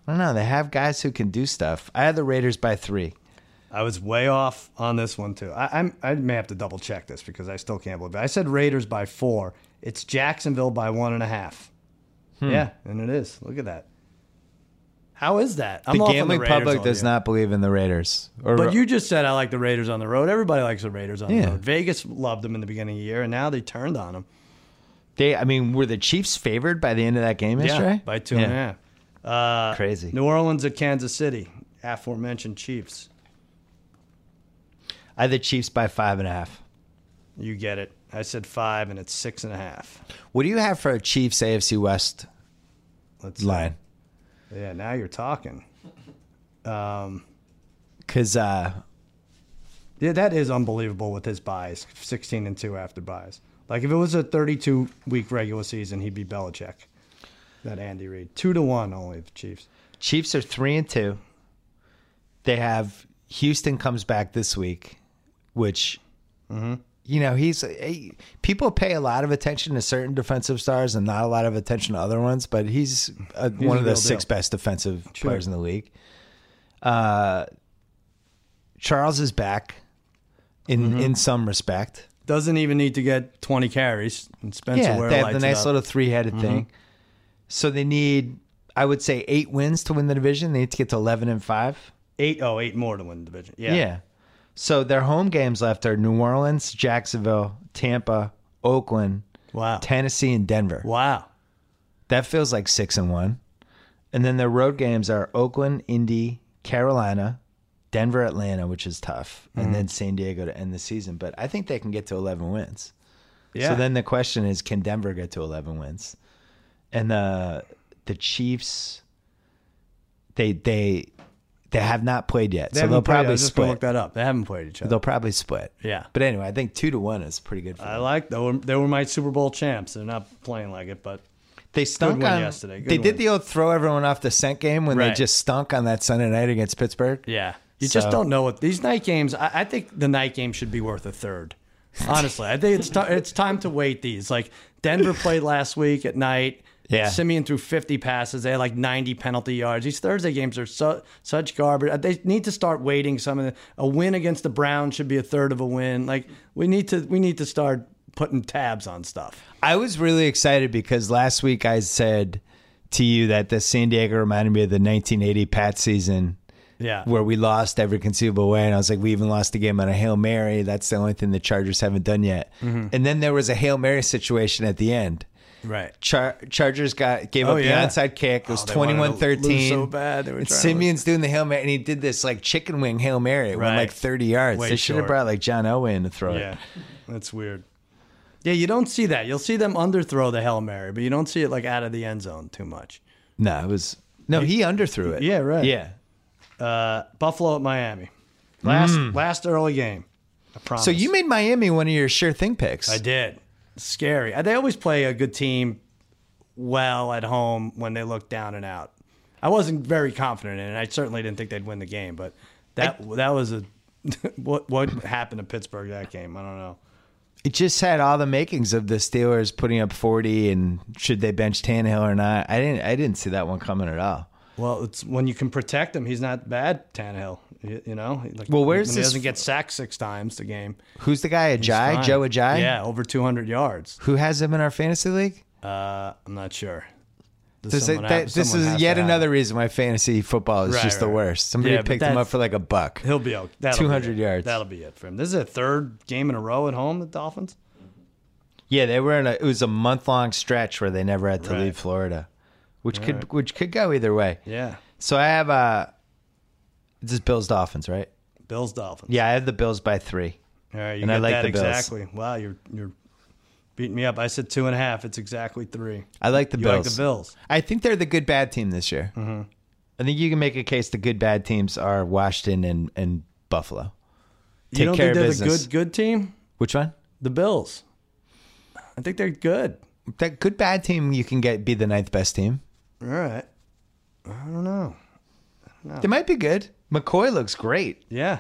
I don't know. They have guys who can do stuff. I had the Raiders by three.
I was way off on this one too. I, I'm I may have to double check this because I still can't believe it. I said Raiders by four. It's Jacksonville by one and a half.
Hmm.
Yeah, and it is. Look at that. How is that? I'm
The
off on
gambling
Raiders
public
all
does
year.
not believe in the Raiders. Or,
But you just said I like the Raiders on the road. Everybody likes the Raiders on
Yeah.
the road. Vegas loved them in the beginning of the year, and now they turned on them.
they, I mean, were the Chiefs favored by the end of that game yesterday?
Yeah, by two and a half.
Yeah.
Uh,
Crazy.
New Orleans at Kansas City. Aforementioned Chiefs.
I had the Chiefs by five and a half.
You get it. I said five, and it's six and a half.
What do you have for a Chiefs AFC West
Let's see.
line?
Yeah, now you're talking.
Because uh,
Yeah, that is unbelievable with his buys. 16 and 2 after buys. Like if it was a 32 week regular season, he'd be Belichick. That Andy Reid. 2 to 1 only the Chiefs.
Chiefs are three and two. They have Houston comes back this week, which
Mm-hmm.
you know he's eh, people pay a lot of attention to certain defensive stars and not a lot of attention to other ones, but he's, uh one
a
of the
real
six
deal.
best defensive
Sure.
players in the league. Uh, Charles is back in
Mm-hmm.
in some respect.
Doesn't even need to get 20 carries. And Spencer Ware
they have
lights
the
it
nice
up. Mm-hmm.
little three-headed thing. So they need, I would say, eight wins to win the division. They need to get to eleven and five.
eight oh eight more to win the division. Yeah.
Yeah. So their home games left are New Orleans, Jacksonville, Tampa, Oakland,
Wow.
Tennessee, and Denver.
Wow.
That feels like six and one. And then their road games are Oakland, Indy, Carolina, Denver, Atlanta, which is tough,
Mm-hmm.
and then San Diego to end the season. But I think they can get to eleven wins.
Yeah.
So then the question is, can Denver get to 11 wins? And the the Chiefs, they they they have not played yet,
they
so they'll
haven't played- I
probably
was just gonna
split.
look that up. They haven't played each other.
They'll probably split.
Yeah.
But anyway, I think two to one is pretty good for
I
them.
like they were, they were my Super Bowl champs. They're not playing like it, but
They stunk
win
on
yesterday. Good
they
win.
did the old throw everyone off the scent game when they
Right.
just stunk on that Sunday night against Pittsburgh.
yeah, you
So-
just don't know what these night games. I, I think the night game should be worth a third. Honestly, I think it's ti it's time to wait these. Like Denver played last week at night.
Yeah.
Simeon threw 50 passes. They had like 90 penalty yards. These Thursday games are so, such garbage. They need to start waiting some of the, a win against the Browns should be a third of a win. Like we need to we need to start putting tabs on stuff.
I was really excited because last week I said to you that the San Diego reminded me of the 1980 Pat season.
Yeah.
where we lost every conceivable way. And I was like, we even lost the game on a Hail Mary. That's the only thing the Chargers haven't done yet.
Mm-hmm.
And then there was a Hail Mary situation at the end.
right.
Char- Chargers got gave
Oh,
up
yeah. Oh,
the onside kick. It was
they wanted to
21 13.
lose so bad. They were
and
trying to
Simeon's doing the Hail Mary, and he did this like chicken wing Hail Mary. It went
Right.
like 30 yards.
Way
they should have
short.
brought like John Owen to throw
Yeah,
it.
that's weird. Yeah, you don't see that. You'll see them underthrow the Hail Mary, but you don't see it like out of the end zone too much.
No, it was. No, he underthrew it.
Yeah, right.
Yeah.
Uh, Buffalo at Miami. Last last early game. I promise.
So you made Miami one of your sure thing picks.
I did. Scary. Uh, They always play a good team well at home when they look down and out. I wasn't very confident in it. I certainly didn't think they'd win the game, but that that was a what what happened to Pittsburgh that game. I don't know.
It just had all the makings of the Steelers putting up forty and should they bench Tannehill or not. I didn't I didn't see that one coming at all.
Well, it's when you can protect him. He's not bad, Tannehill. You, you know, like,
Well, where's this-
when He doesn't get sacked six times the game.
Who's the guy? Ajay?
Fine.
Joe Ajay?
Yeah, over 200 yards.
Who has him in our fantasy league?
Uh, I'm not sure. Does
This,
someone
that-
have-
this
someone has
is
to
yet
have
another
him.
reason why fantasy football is
Right,
just the
right.
worst. Somebody
Yeah, but
picked him up
that's-
for like a buck.
He'll be okay. That'll be
200
it.
yards.
That'll be it for him. This is a third game in a row at home. The Dolphins.
Yeah, they were in a. It was a month long stretch where they never had to
Right.
leave Florida, which could which could go either way.
Yeah,
So I have uh, this is Bills Dolphins, right?
Bills Dolphins.
Yeah, I have the Bills by three.
All right, you
And
got
I like
that
the Bills.
exactly. Wow, you're you're beating me up. I said two and a half. It's exactly three.
I like the
You
Bills.
like the Bills.
I think they're the good bad team this year.
Mm-hmm.
I think you can make a case the good bad teams are Washington and and Buffalo. Take
you don't
care
think they're
of business.
the good good team?
Which one?
The Bills. I think they're good.
That good bad team you can get be the ninth best team.
All right. I don't know. Oh.
They might be good. McCoy looks great.
Yeah.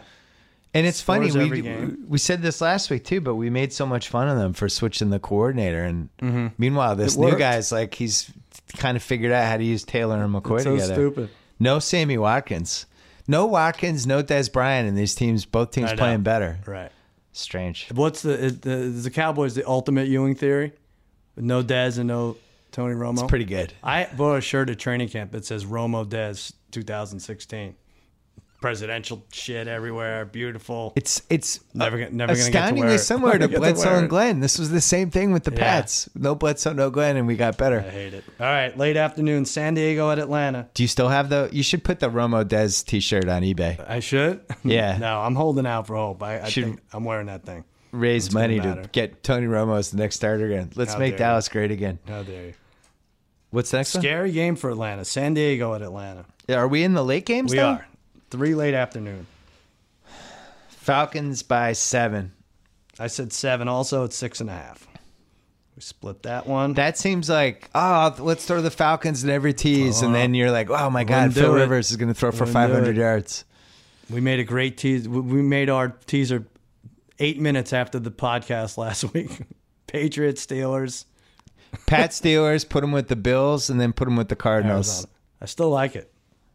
And it's funny
Scores every
we,
game.
we said this last week too, but we made so much fun of them for switching the coordinator. And meanwhile, this
Mm-hmm. It
new
worked.
guy's like he's kind of figured out how to use Taylor and McCoy
It's so
together.
stupid.
No Sammy Watkins, no Watkins, no Des Bryant, and these teams, both teams
I know.
playing better.
Right.
Strange.
What's the is the, is the Cowboys the ultimate Ewing theory? With no Dez and no Tony Romo.
It's pretty good.
I bought a shirt at training camp that says Romo Dez 2016. Presidential shit everywhere. Beautiful.
It's it's
Never gonna- never gonna get to
astoundingly
wear it.
similar to
Never get to
Bledsoe
wear
and
it.
Glenn. This was the same thing with the Pats. No Bledsoe, no Glenn, and we got better.
I hate it. All right, late afternoon, San Diego at Atlanta.
Do you still have the? You should put the Romo Des T-shirt on eBay.
I should.
Yeah.
no, I'm holding out for hope. I, I
Should-
think I'm wearing that thing.
raise
gonna
money to
matter.
get Tony Romo as the next starter again. Let's
How
make
dare
Dallas great again.
How dare you?
What's the next one?
Scary game for Atlanta. San Diego at Atlanta.
Yeah, Are we in the late games?
We
now?
are three late afternoon.
Falcons by seven.
I said seven. Also, it's six and a half. We split that one.
That seems like oh, let's throw the Falcons in every tease, and then you're like, oh my God,
Wouldn't
Phil
Uh-huh. do it.
Rivers is going to throw for
Wouldn't do
500
it.
yards.
we made a great tease. We we made our teaser eight minutes after the podcast last week. Patriots, Steelers,
Pat Steelers put him with the Bills, and then put him with the Cardinals.
Arizona. I still like it.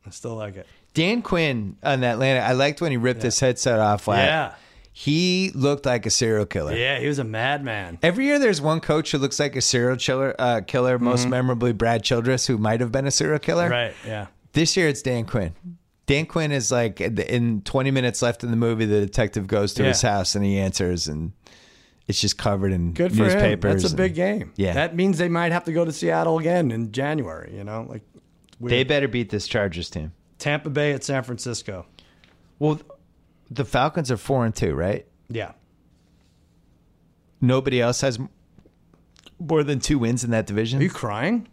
I still like it.
Dan Quinn on Atlanta. I liked when he ripped his headset off. Last.
Yeah.
he looked like a serial killer.
Yeah, he was a madman.
Every year, there's one coach who looks like a serial killer. Uh, killer, most memorably Brad Childress, who might have been a serial killer.
Mm-hmm. Right. Yeah.
This year, it's Dan Quinn. Dan Quinn is like at the- in 20 minutes left in the movie, the detective goes to
Yeah.
his house and he answers, and it's just covered in
Good for him.
newspapers.
That's a big
and-
game.
Yeah.
That means they might have to go to Seattle again in January, you know? Like weird.
They better beat this Chargers team.
Tampa Bay at San Francisco.
Well, th- the Falcons are four and two, right?
Yeah.
Nobody else has m- more than two wins in that division.
Are you crying?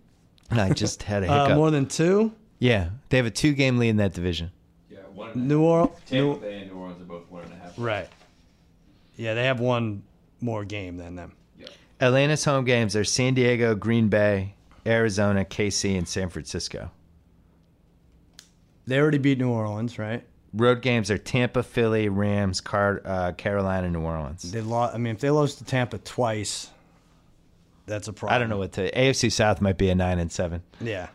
And I just had a
Uh,
hiccup.
more than two?
yeah, they have a two-game lead in that division.
Yeah, one and a
New Orleans.
half. Tampa Bay and New Orleans are both one and a half.
Right. Yeah, they have one more game than them.
Atlanta's home games are San Diego, Green Bay, Arizona, KC, and San Francisco.
They already beat New Orleans, right?
Road games are Tampa, Philly, Rams, Car- uh, Carolina, New Orleans.
They lost. I mean, if they lost to Tampa twice, that's a problem.
I don't know what to. AFC South might be a nine and seven.
Yeah,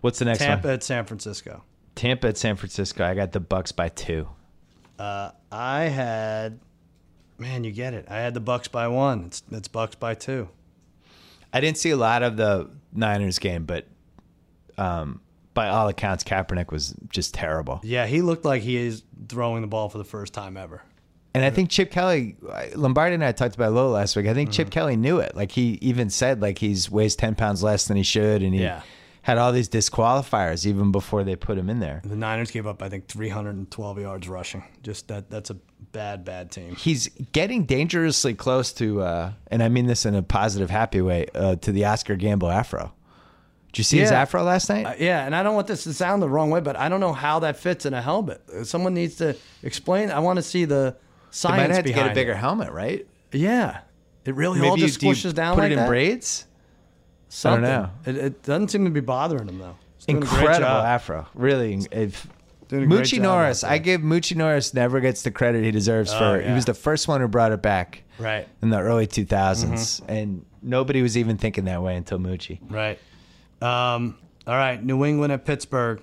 What's the next
Tampa
one?
at San Francisco.
Tampa at San Francisco. I got the Bucks by two.
Uh, I had, man, you get it. I had the Bucks by one. It's it's Bucks by two.
I didn't see a lot of the Niners game, but um, by all accounts, Kaepernick was just terrible.
Yeah, he looked like he is throwing the ball for the first time ever.
And I think Chip Kelly, Lombardi and I talked about it a little last week. I think Chip Kelly knew it. Like he even said, like he's weighs ten pounds less than he should, and he
Yeah.
had all these disqualifiers even before they put him in there.
The Niners gave up, I think, 312 yards rushing. Just that that's a bad, bad team.
He's getting dangerously close to, uh, and I mean this in a positive, happy way, uh, to the Oscar Gamble afro. Did you see his
Yeah.
afro last night?
Yeah, and I don't want this to sound the wrong way, but I don't know how that fits in a helmet. Someone needs to explain. I want to see
I
the
might
science
have to
behind
get a bigger helmet, right?
it. Yeah, it really all
you-
just
do you
squishes down
Put
like
it in
that.
braids.
Something.
know.
It, it doesn't seem to be bothering him though. He's doing a great
Incredible
job.
afro, really. If,
Doing a great
Moochie
job
Norris,
out there. Oh,
I give Moochie Norris never gets the credit he deserves for. He
yeah.
was the first one who brought it back
Right. Mm-hmm.
in the early 2000s, and nobody was even thinking that way until Moochie.
Right. Um, all right. New England at Pittsburgh.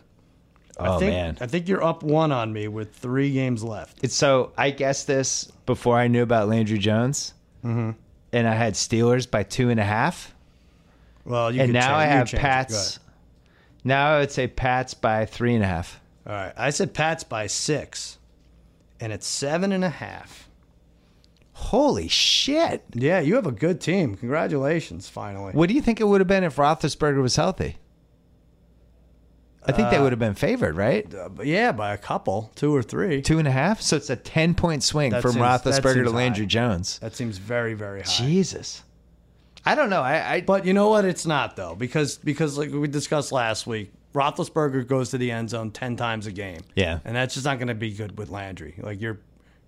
Oh
I think,
man,
I think you're up one on me with three games left.
it's so I guessed this before I knew about Landry Jones,
Mm-hmm.
and I had Steelers by two and a half,
Well, you
and
can
now
change-
I
you can
have
change it. Go
Pats. Now I would say Pats by three and a half.
ahead. All right, I said Pats by six, and it's seven and a half.
Holy shit!
Yeah, you have a good team. Congratulations, finally.
What do you think it would have been if Roethlisberger was healthy? I think they would have been favored, right?
Uh, but yeah, by a couple, two or three.
Two and a half. So it's a ten point swing
That
from
seems- that
Roethlisberger to
seems
Landry
high.
Jones.
That seems very, very high.
Jesus, I don't know. I, I
But you know what? It's not though, because because like we discussed last week, Roethlisberger goes to the end zone ten times a game.
Yeah.
and that's just not going to be good with Landry. Like your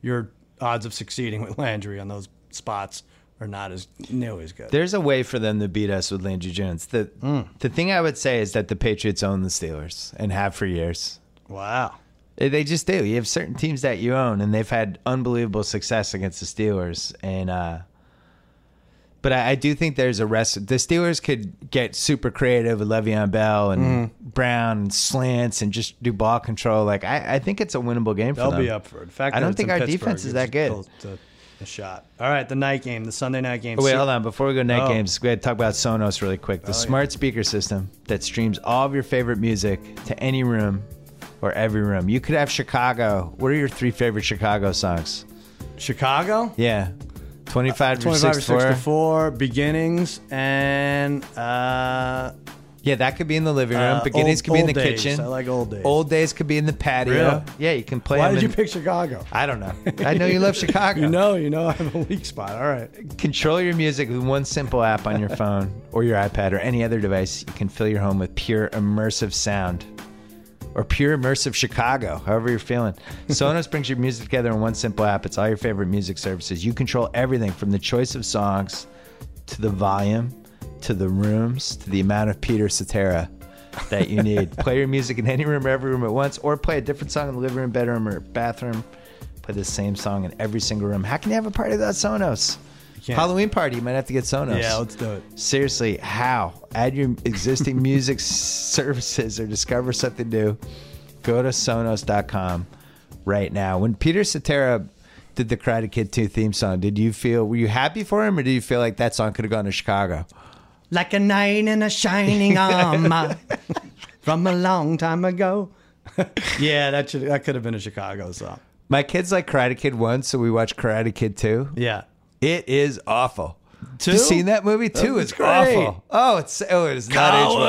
your odds of succeeding with Landry on those spots are not as nearly as good.
there's a way for them to beat us with Landry Jones. The
Hmm.
the thing I would say is that the Patriots own the Steelers and have for years.
wow.
They- They just do. You have certain teams that you own, and they've had unbelievable success against the Steelers. And uh, but I, I do think there's a rest. The Steelers could get super creative with Le'Veon Bell and
Mm-hmm.
Brown and slants and just do ball control. Like I, I think it's a winnable game for
They'll
them.
be up for it. In fact,
I
that
don't
it's
think
in
our
Pittsburgh
defense is that
gives
good.
the- the- the shot. All right, the night game, the Sunday night game.
Oh, Wait,
Su-
hold on. Before we go to night
Oh.
games, we had to talk about Sonos really quick. The smart speaker system that streams all of your favorite music to any room or every room. You could have Chicago. What are your three favorite Chicago songs?
Chicago.
Yeah. 25 to
25 or
64.
64, beginnings, and uh,
Yeah, that could be in the living room.
Uh,
Beginnings
old-
could be in the
old days.
kitchen.
I like old days.
Old days could be in the patio.
Really?
Yeah, you can play
why
them
did you
in-
pick Chicago?
I don't know. I know you love Chicago.
You know, you know, I have a weak spot. All right.
Control your music with one simple app on your phone or your iPad or any other device. You can fill your home with pure immersive sound or pure immersive Chicago, however you're feeling. Sonos brings your music together in one simple app. It's all your favorite music services. You control everything from the choice of songs to the volume to the rooms to the amount of Peter Cetera that you need. play your music in any room, or every room at once, or play a different song in the living room, bedroom, or bathroom. Play the same song in every single room. How can you have a party without Sonos?
can't.
Halloween party, you might have to get Sonos.
Yeah, let's do it.
Seriously, how? Add your existing music services or discover something new. Go to Sonos.com right now. When Peter Cetera did the Karate Kid 2 theme song, did you feel, were you happy for him or did you feel like that song could have gone to Chicago?
Like a knight in a shining armor from a long time ago. yeah, that should that could have been a Chicago song.
My kids like Karate Kid 1, so we watch Karate Kid 2.
Yeah.
It is awful.
Two?
You seen that movie? 2
was
It's
great.
awful. Oh, it's, oh, it is not aged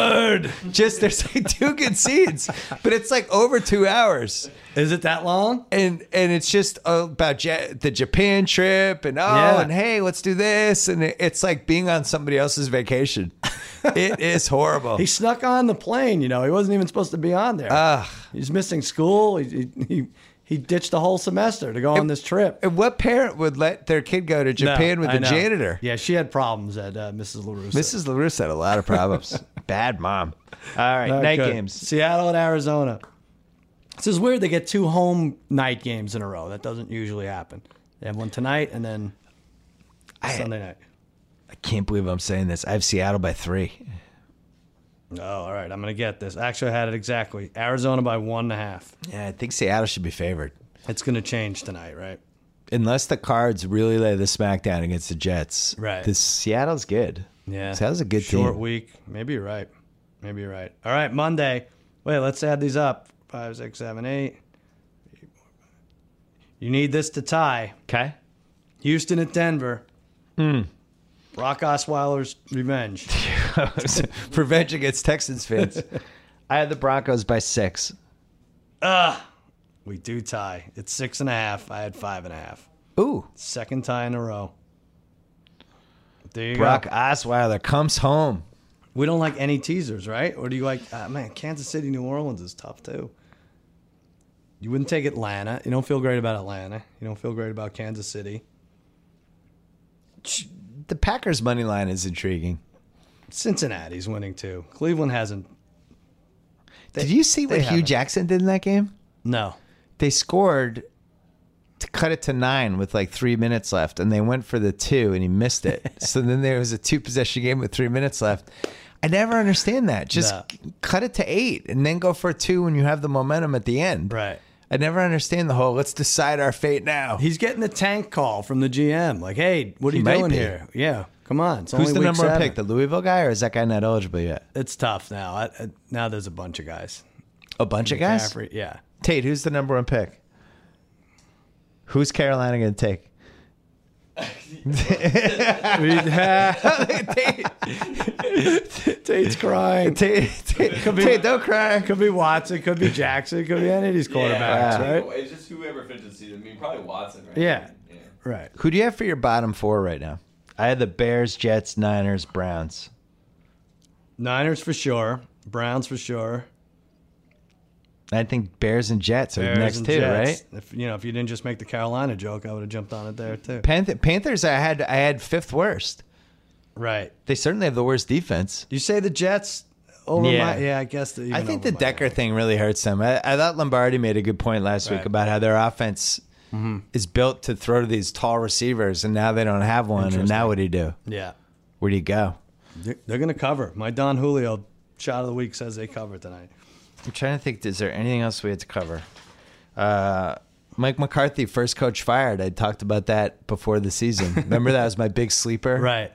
well. Just there's like two good scenes, but it's like over two hours.
Is it that long?
and and it's just about ja- the Japan trip and oh
Yeah.
and hey let's do this and it- it's like being on somebody else's vacation. it is horrible.
He snuck on the plane, you know. He wasn't even supposed to be on there.
Ugh.
He's missing school. He, he, he, he ditched the whole semester to go on this trip.
and what parent would let their kid go to
No,
Japan with
I
a
know.
janitor?
Yeah, she had problems at uh, Mrs. LaRusso.
Mrs. LaRusse had a lot of problems. Bad mom. All right,
All right,
night
good.
games.
Seattle and Arizona. This is weird. They get two home night games in a row. That doesn't usually happen. They have one tonight and then Sunday night.
I can't believe I'm saying this. I have Seattle by three.
Oh, all right. I'm going to get this. Actually, I had it exactly. Arizona by one and a half.
Yeah, I think Seattle should be favored.
It's going to change tonight, right?
Unless the Cards really lay the smackdown against the Jets.
Right.
This Seattle's good.
Yeah.
Seattle's a good
Short
team.
week. Maybe you're right. Maybe you're right. All right. Monday. Wait, let's add these up. Five, six, seven, eight. You need this to tie.
Okay.
Houston at Denver. Brock Osweiler's revenge.
Revenge against Texans fans. I had the Broncos by six.
We do tie. It's six and a half. I had five and a half.
Ooh,
Second tie in a row. There you
Brock
go.
Osweiler comes home.
We don't like any teasers, right? Or do you like, uh, man, Kansas City, New Orleans is tough too. You wouldn't take Atlanta. You don't feel great about Atlanta. You don't feel great about Kansas City.
Ch- The Packers money line is intriguing.
Cincinnati's winning too. Cleveland hasn't.
Did you see what
they
Hugh
haven't.
Jackson did in that game?
No.
They scored to cut it to nine with like three minutes left, and they went for the two, and he missed it. so then there was a two possession game with three minutes left. I never understand that. Just
No.
c- cut it to eight and then go for two when you have the momentum at the end.
Right.
I never understand the whole let's decide our fate now.
He's getting the tank call from the GM. Like, hey, what are
He
you
might
doing
be.
here? Yeah, come on. It's
Who's
only
the
week
number one
seven.
pick? The Louisville guy or is that guy not eligible yet?
It's tough now. I, I, now there's a bunch of guys.
A bunch of guys?
McCaffrey, yeah.
Tate, who's the number one pick? Who's Carolina going to take?
Tate's crying.
Tate, Tate, Tate, don't cry.
Could be Watson. Could be Jackson. Could be any of these quarterbacks.
Yeah.
Right.
It's just whoever fits the season. I mean, probably Watson, right?
Yeah.
yeah.
Right.
Who do you have for your bottom four right now? I had the Bears, Jets, Niners, Browns.
Niners for sure. Browns for sure.
I think Bears and Jets are
Bears
the next
and
two,
Jets.
right?
If you know, if you didn't just make the Carolina joke, I would have jumped on it there too.
Panth- Panthers, I had I had fifth worst.
Right.
They certainly have the worst defense.
You say the Jets over
Yeah.
my yeah, I guess the,
I
even
think
over
the
my-
Decker thing really hurts them. I, I thought Lombardi made a good point last week
Right.
about how their offense is built to throw to these tall receivers, and now they don't have one. And now what do you do?
Yeah.
Where do you go?
They're, they're gonna cover. My Don Julio shot of the week says they cover tonight.
I'm trying to think. Is there anything else we had to cover? Uh, Mike McCarthy, first coach fired. I talked about that before the season. Remember that was my big sleeper.
Right.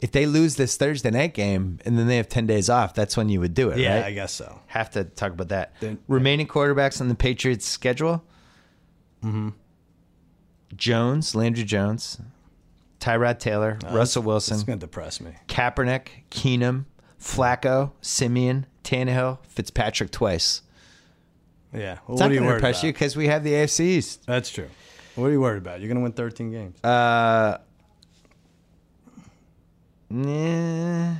If they lose this Thursday night game and then they have ten days off, that's when you would do it.
Yeah,
right?
I guess so.
Have to talk about that.
Then-
Remaining quarterbacks on the Patriots schedule.
Mm-hmm.
Jones, Landry Jones, Tyrod Taylor, Russell Wilson,
It's gonna depress me.
Kaepernick, Keenum, Flacco, Simeon, Tannehill, Fitzpatrick twice.
Yeah. Well,
It's
what
not
are you
going to
worried
impress
about?
you because we have the AFC East.
That's true. What are you worried about? You're gonna win 13 games.
Uh, Nah.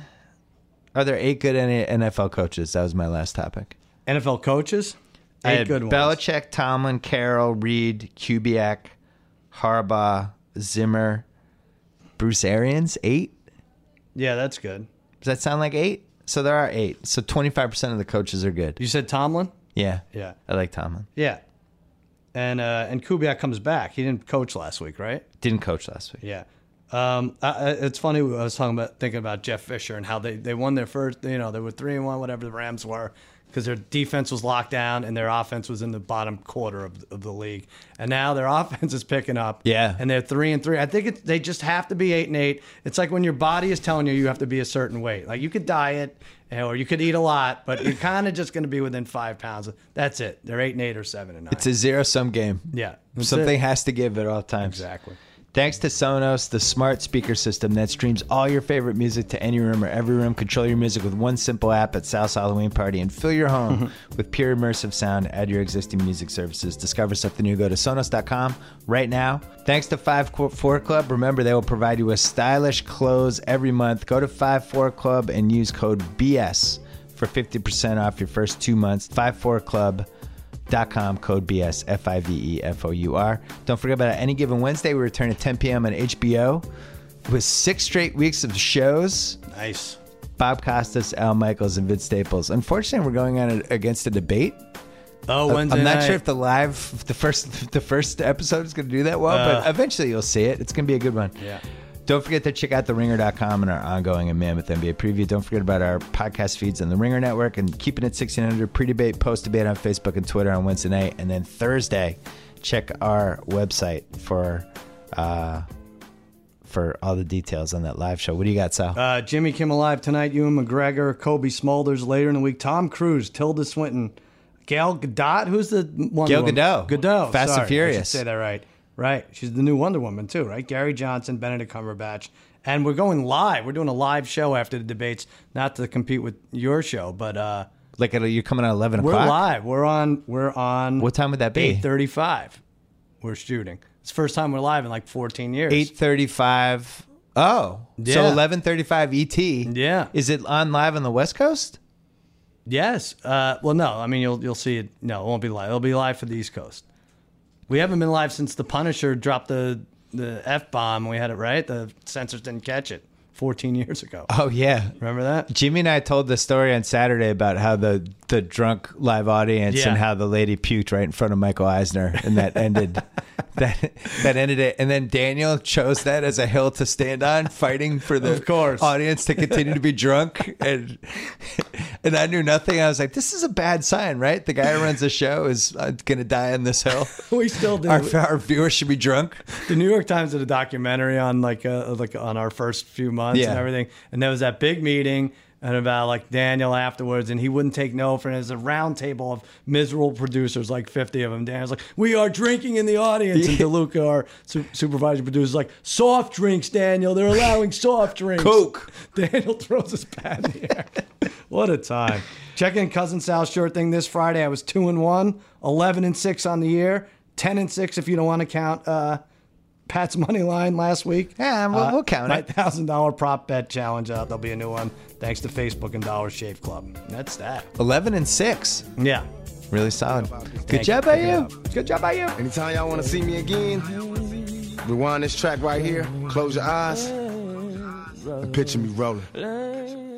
Are there eight good N- NFL coaches? That was my last topic.
NFL coaches.
I
Eight
had
good ones.
Belichick, Tomlin, Carroll, Reed, Kubiak, Harbaugh, Zimmer, Bruce Arians. Eight?
Yeah, that's good.
Does that sound like eight? So there are eight. So 25% of the coaches are good.
You said Tomlin.
Yeah.
Yeah.
I like Tomlin.
Yeah. And uh, and Kubiak comes back. He didn't coach last week, right?
Didn't coach last week.
Yeah. Um, I, I- it's funny. I was talking about thinking about Jeff Fisher and how they, they won their first. You know, they were three and one, whatever the Rams were, because their defense was locked down and their offense was in the bottom quarter of, of the league. And now their offense is picking up.
Yeah.
And they're three and three. I think it's, they just have to be eight and eight. It's like when your body is telling you you have to be a certain weight. Like you could diet you know, or you could eat a lot, but you're kind of just going to be within five pounds. That's it. They're eight and eight or seven and nine.
It's a zero sum game.
yeah. That's it.
Something has to give at all times.
Exactly.
Thanks to Sonos, the smart speaker system that streams all your favorite music to any room or every room. Control your music with one simple app at Sal's Halloween Party and fill your home with pure immersive sound. Add your existing music services. Discover something new. Go to Sonos.com right now. Thanks to 5 Qu- 4 Club. Remember, they will provide you with stylish clothes every month. Go to 5 4 Club and use code BS for 50% off your first two months. 5 4 Club dot com code BS F I V E F O U R. Don't forget about it. Any given Wednesday, we return at 10 p.m. on HBO with six straight weeks of shows.
Nice.
Bob Costas, Al Michaels, and Vince Staples. Unfortunately, we're going on a- against a debate.
Oh, Wednesday
I'm not
night.
sure if the live, the first, the first episode is going to do that well, but
Uh.
eventually you'll see it. It's going to be a good one.
Yeah.
Don't forget to check out theringer.com and our ongoing and Mammoth NBA preview. Don't forget about our podcast feeds on the Ringer Network and Keeping It 1600 pre debate, post debate on Facebook and Twitter on Wednesday night. And then Thursday, check our website for uh, for all the details on that live show. What do you got, Sal?
Uh, Jimmy Kimmel Live tonight. Ewan McGregor, Kobe Smulders later in the week. Tom Cruise, Tilda Swinton, Gail Gadot. Who's the one?
Gail
woman?
Gadot.
Gadot.
Fast and
sorry, I should
Furious.
say that right. Right. She's the new Wonder Woman too. Right. Gary Johnson, Benedict Cumberbatch, and we're going live. We're doing a live show after the debates, not to compete with your show, but uh,
like, it'll- you're coming on 11
we're
o'clock?
live. We're on. We're on.
What time would that be?
Eight thirty-five. We're shooting. It's the first time we're live in like fourteen years.
8.35. Oh, so
Yeah.
11.35 ET.
Yeah.
Is it on live on the West Coast?
Yes. Uh, well, no. I mean, you'll you'll see it. No, it won't be live. It'll be live for the East Coast. We haven't been live since the Punisher dropped the the f bomb. We had it right. The censors didn't catch it 14 years ago.
Oh, yeah.
Remember that?
Jimmy and I told the story on Saturday about how the the drunk live audience
Yeah.
and how the lady puked right in front of Michael Eisner, and that ended that that ended it. And then Daniel chose that as a hill to stand on, fighting for the
Of course.
audience to continue to be drunk. And and I knew nothing. I was like, this is a bad sign, right? The guy who runs the show is uh, going to die on this hill.
we still do.
Our, our viewers should be drunk.
the New York Times did a documentary on like uh, like on our first few months and
Yeah.
everything, and there was that big meeting and about like Daniel afterwards, and he wouldn't take no for it. It was a round table of miserable producers, like fifty of them. Daniel's like, "We are drinking in the audience," and DeLuca, our su- supervising producer, is like, "Soft drinks, Daniel. They're allowing soft drinks."
Coke.
Daniel throws his pad in the air. what a time. Check in Cousin Sal's short thing this Friday. I was 2 and 1, 11 and 6 on the year, 10 and 6 if you don't want to count uh, Pat's money line last week. Uh,
Yeah, we'll- we'll count it.
$9,000 prop bet challenge out. There'll be a new one thanks to Facebook and Dollar Shave Club. That's that.
11 and 6.
Yeah.
Really solid. Good
you.
job by
Pick it
you.
up.
Good job by you.
Anytime y'all wanna see me again, rewind this track right here, close your eyes, and picture me rolling.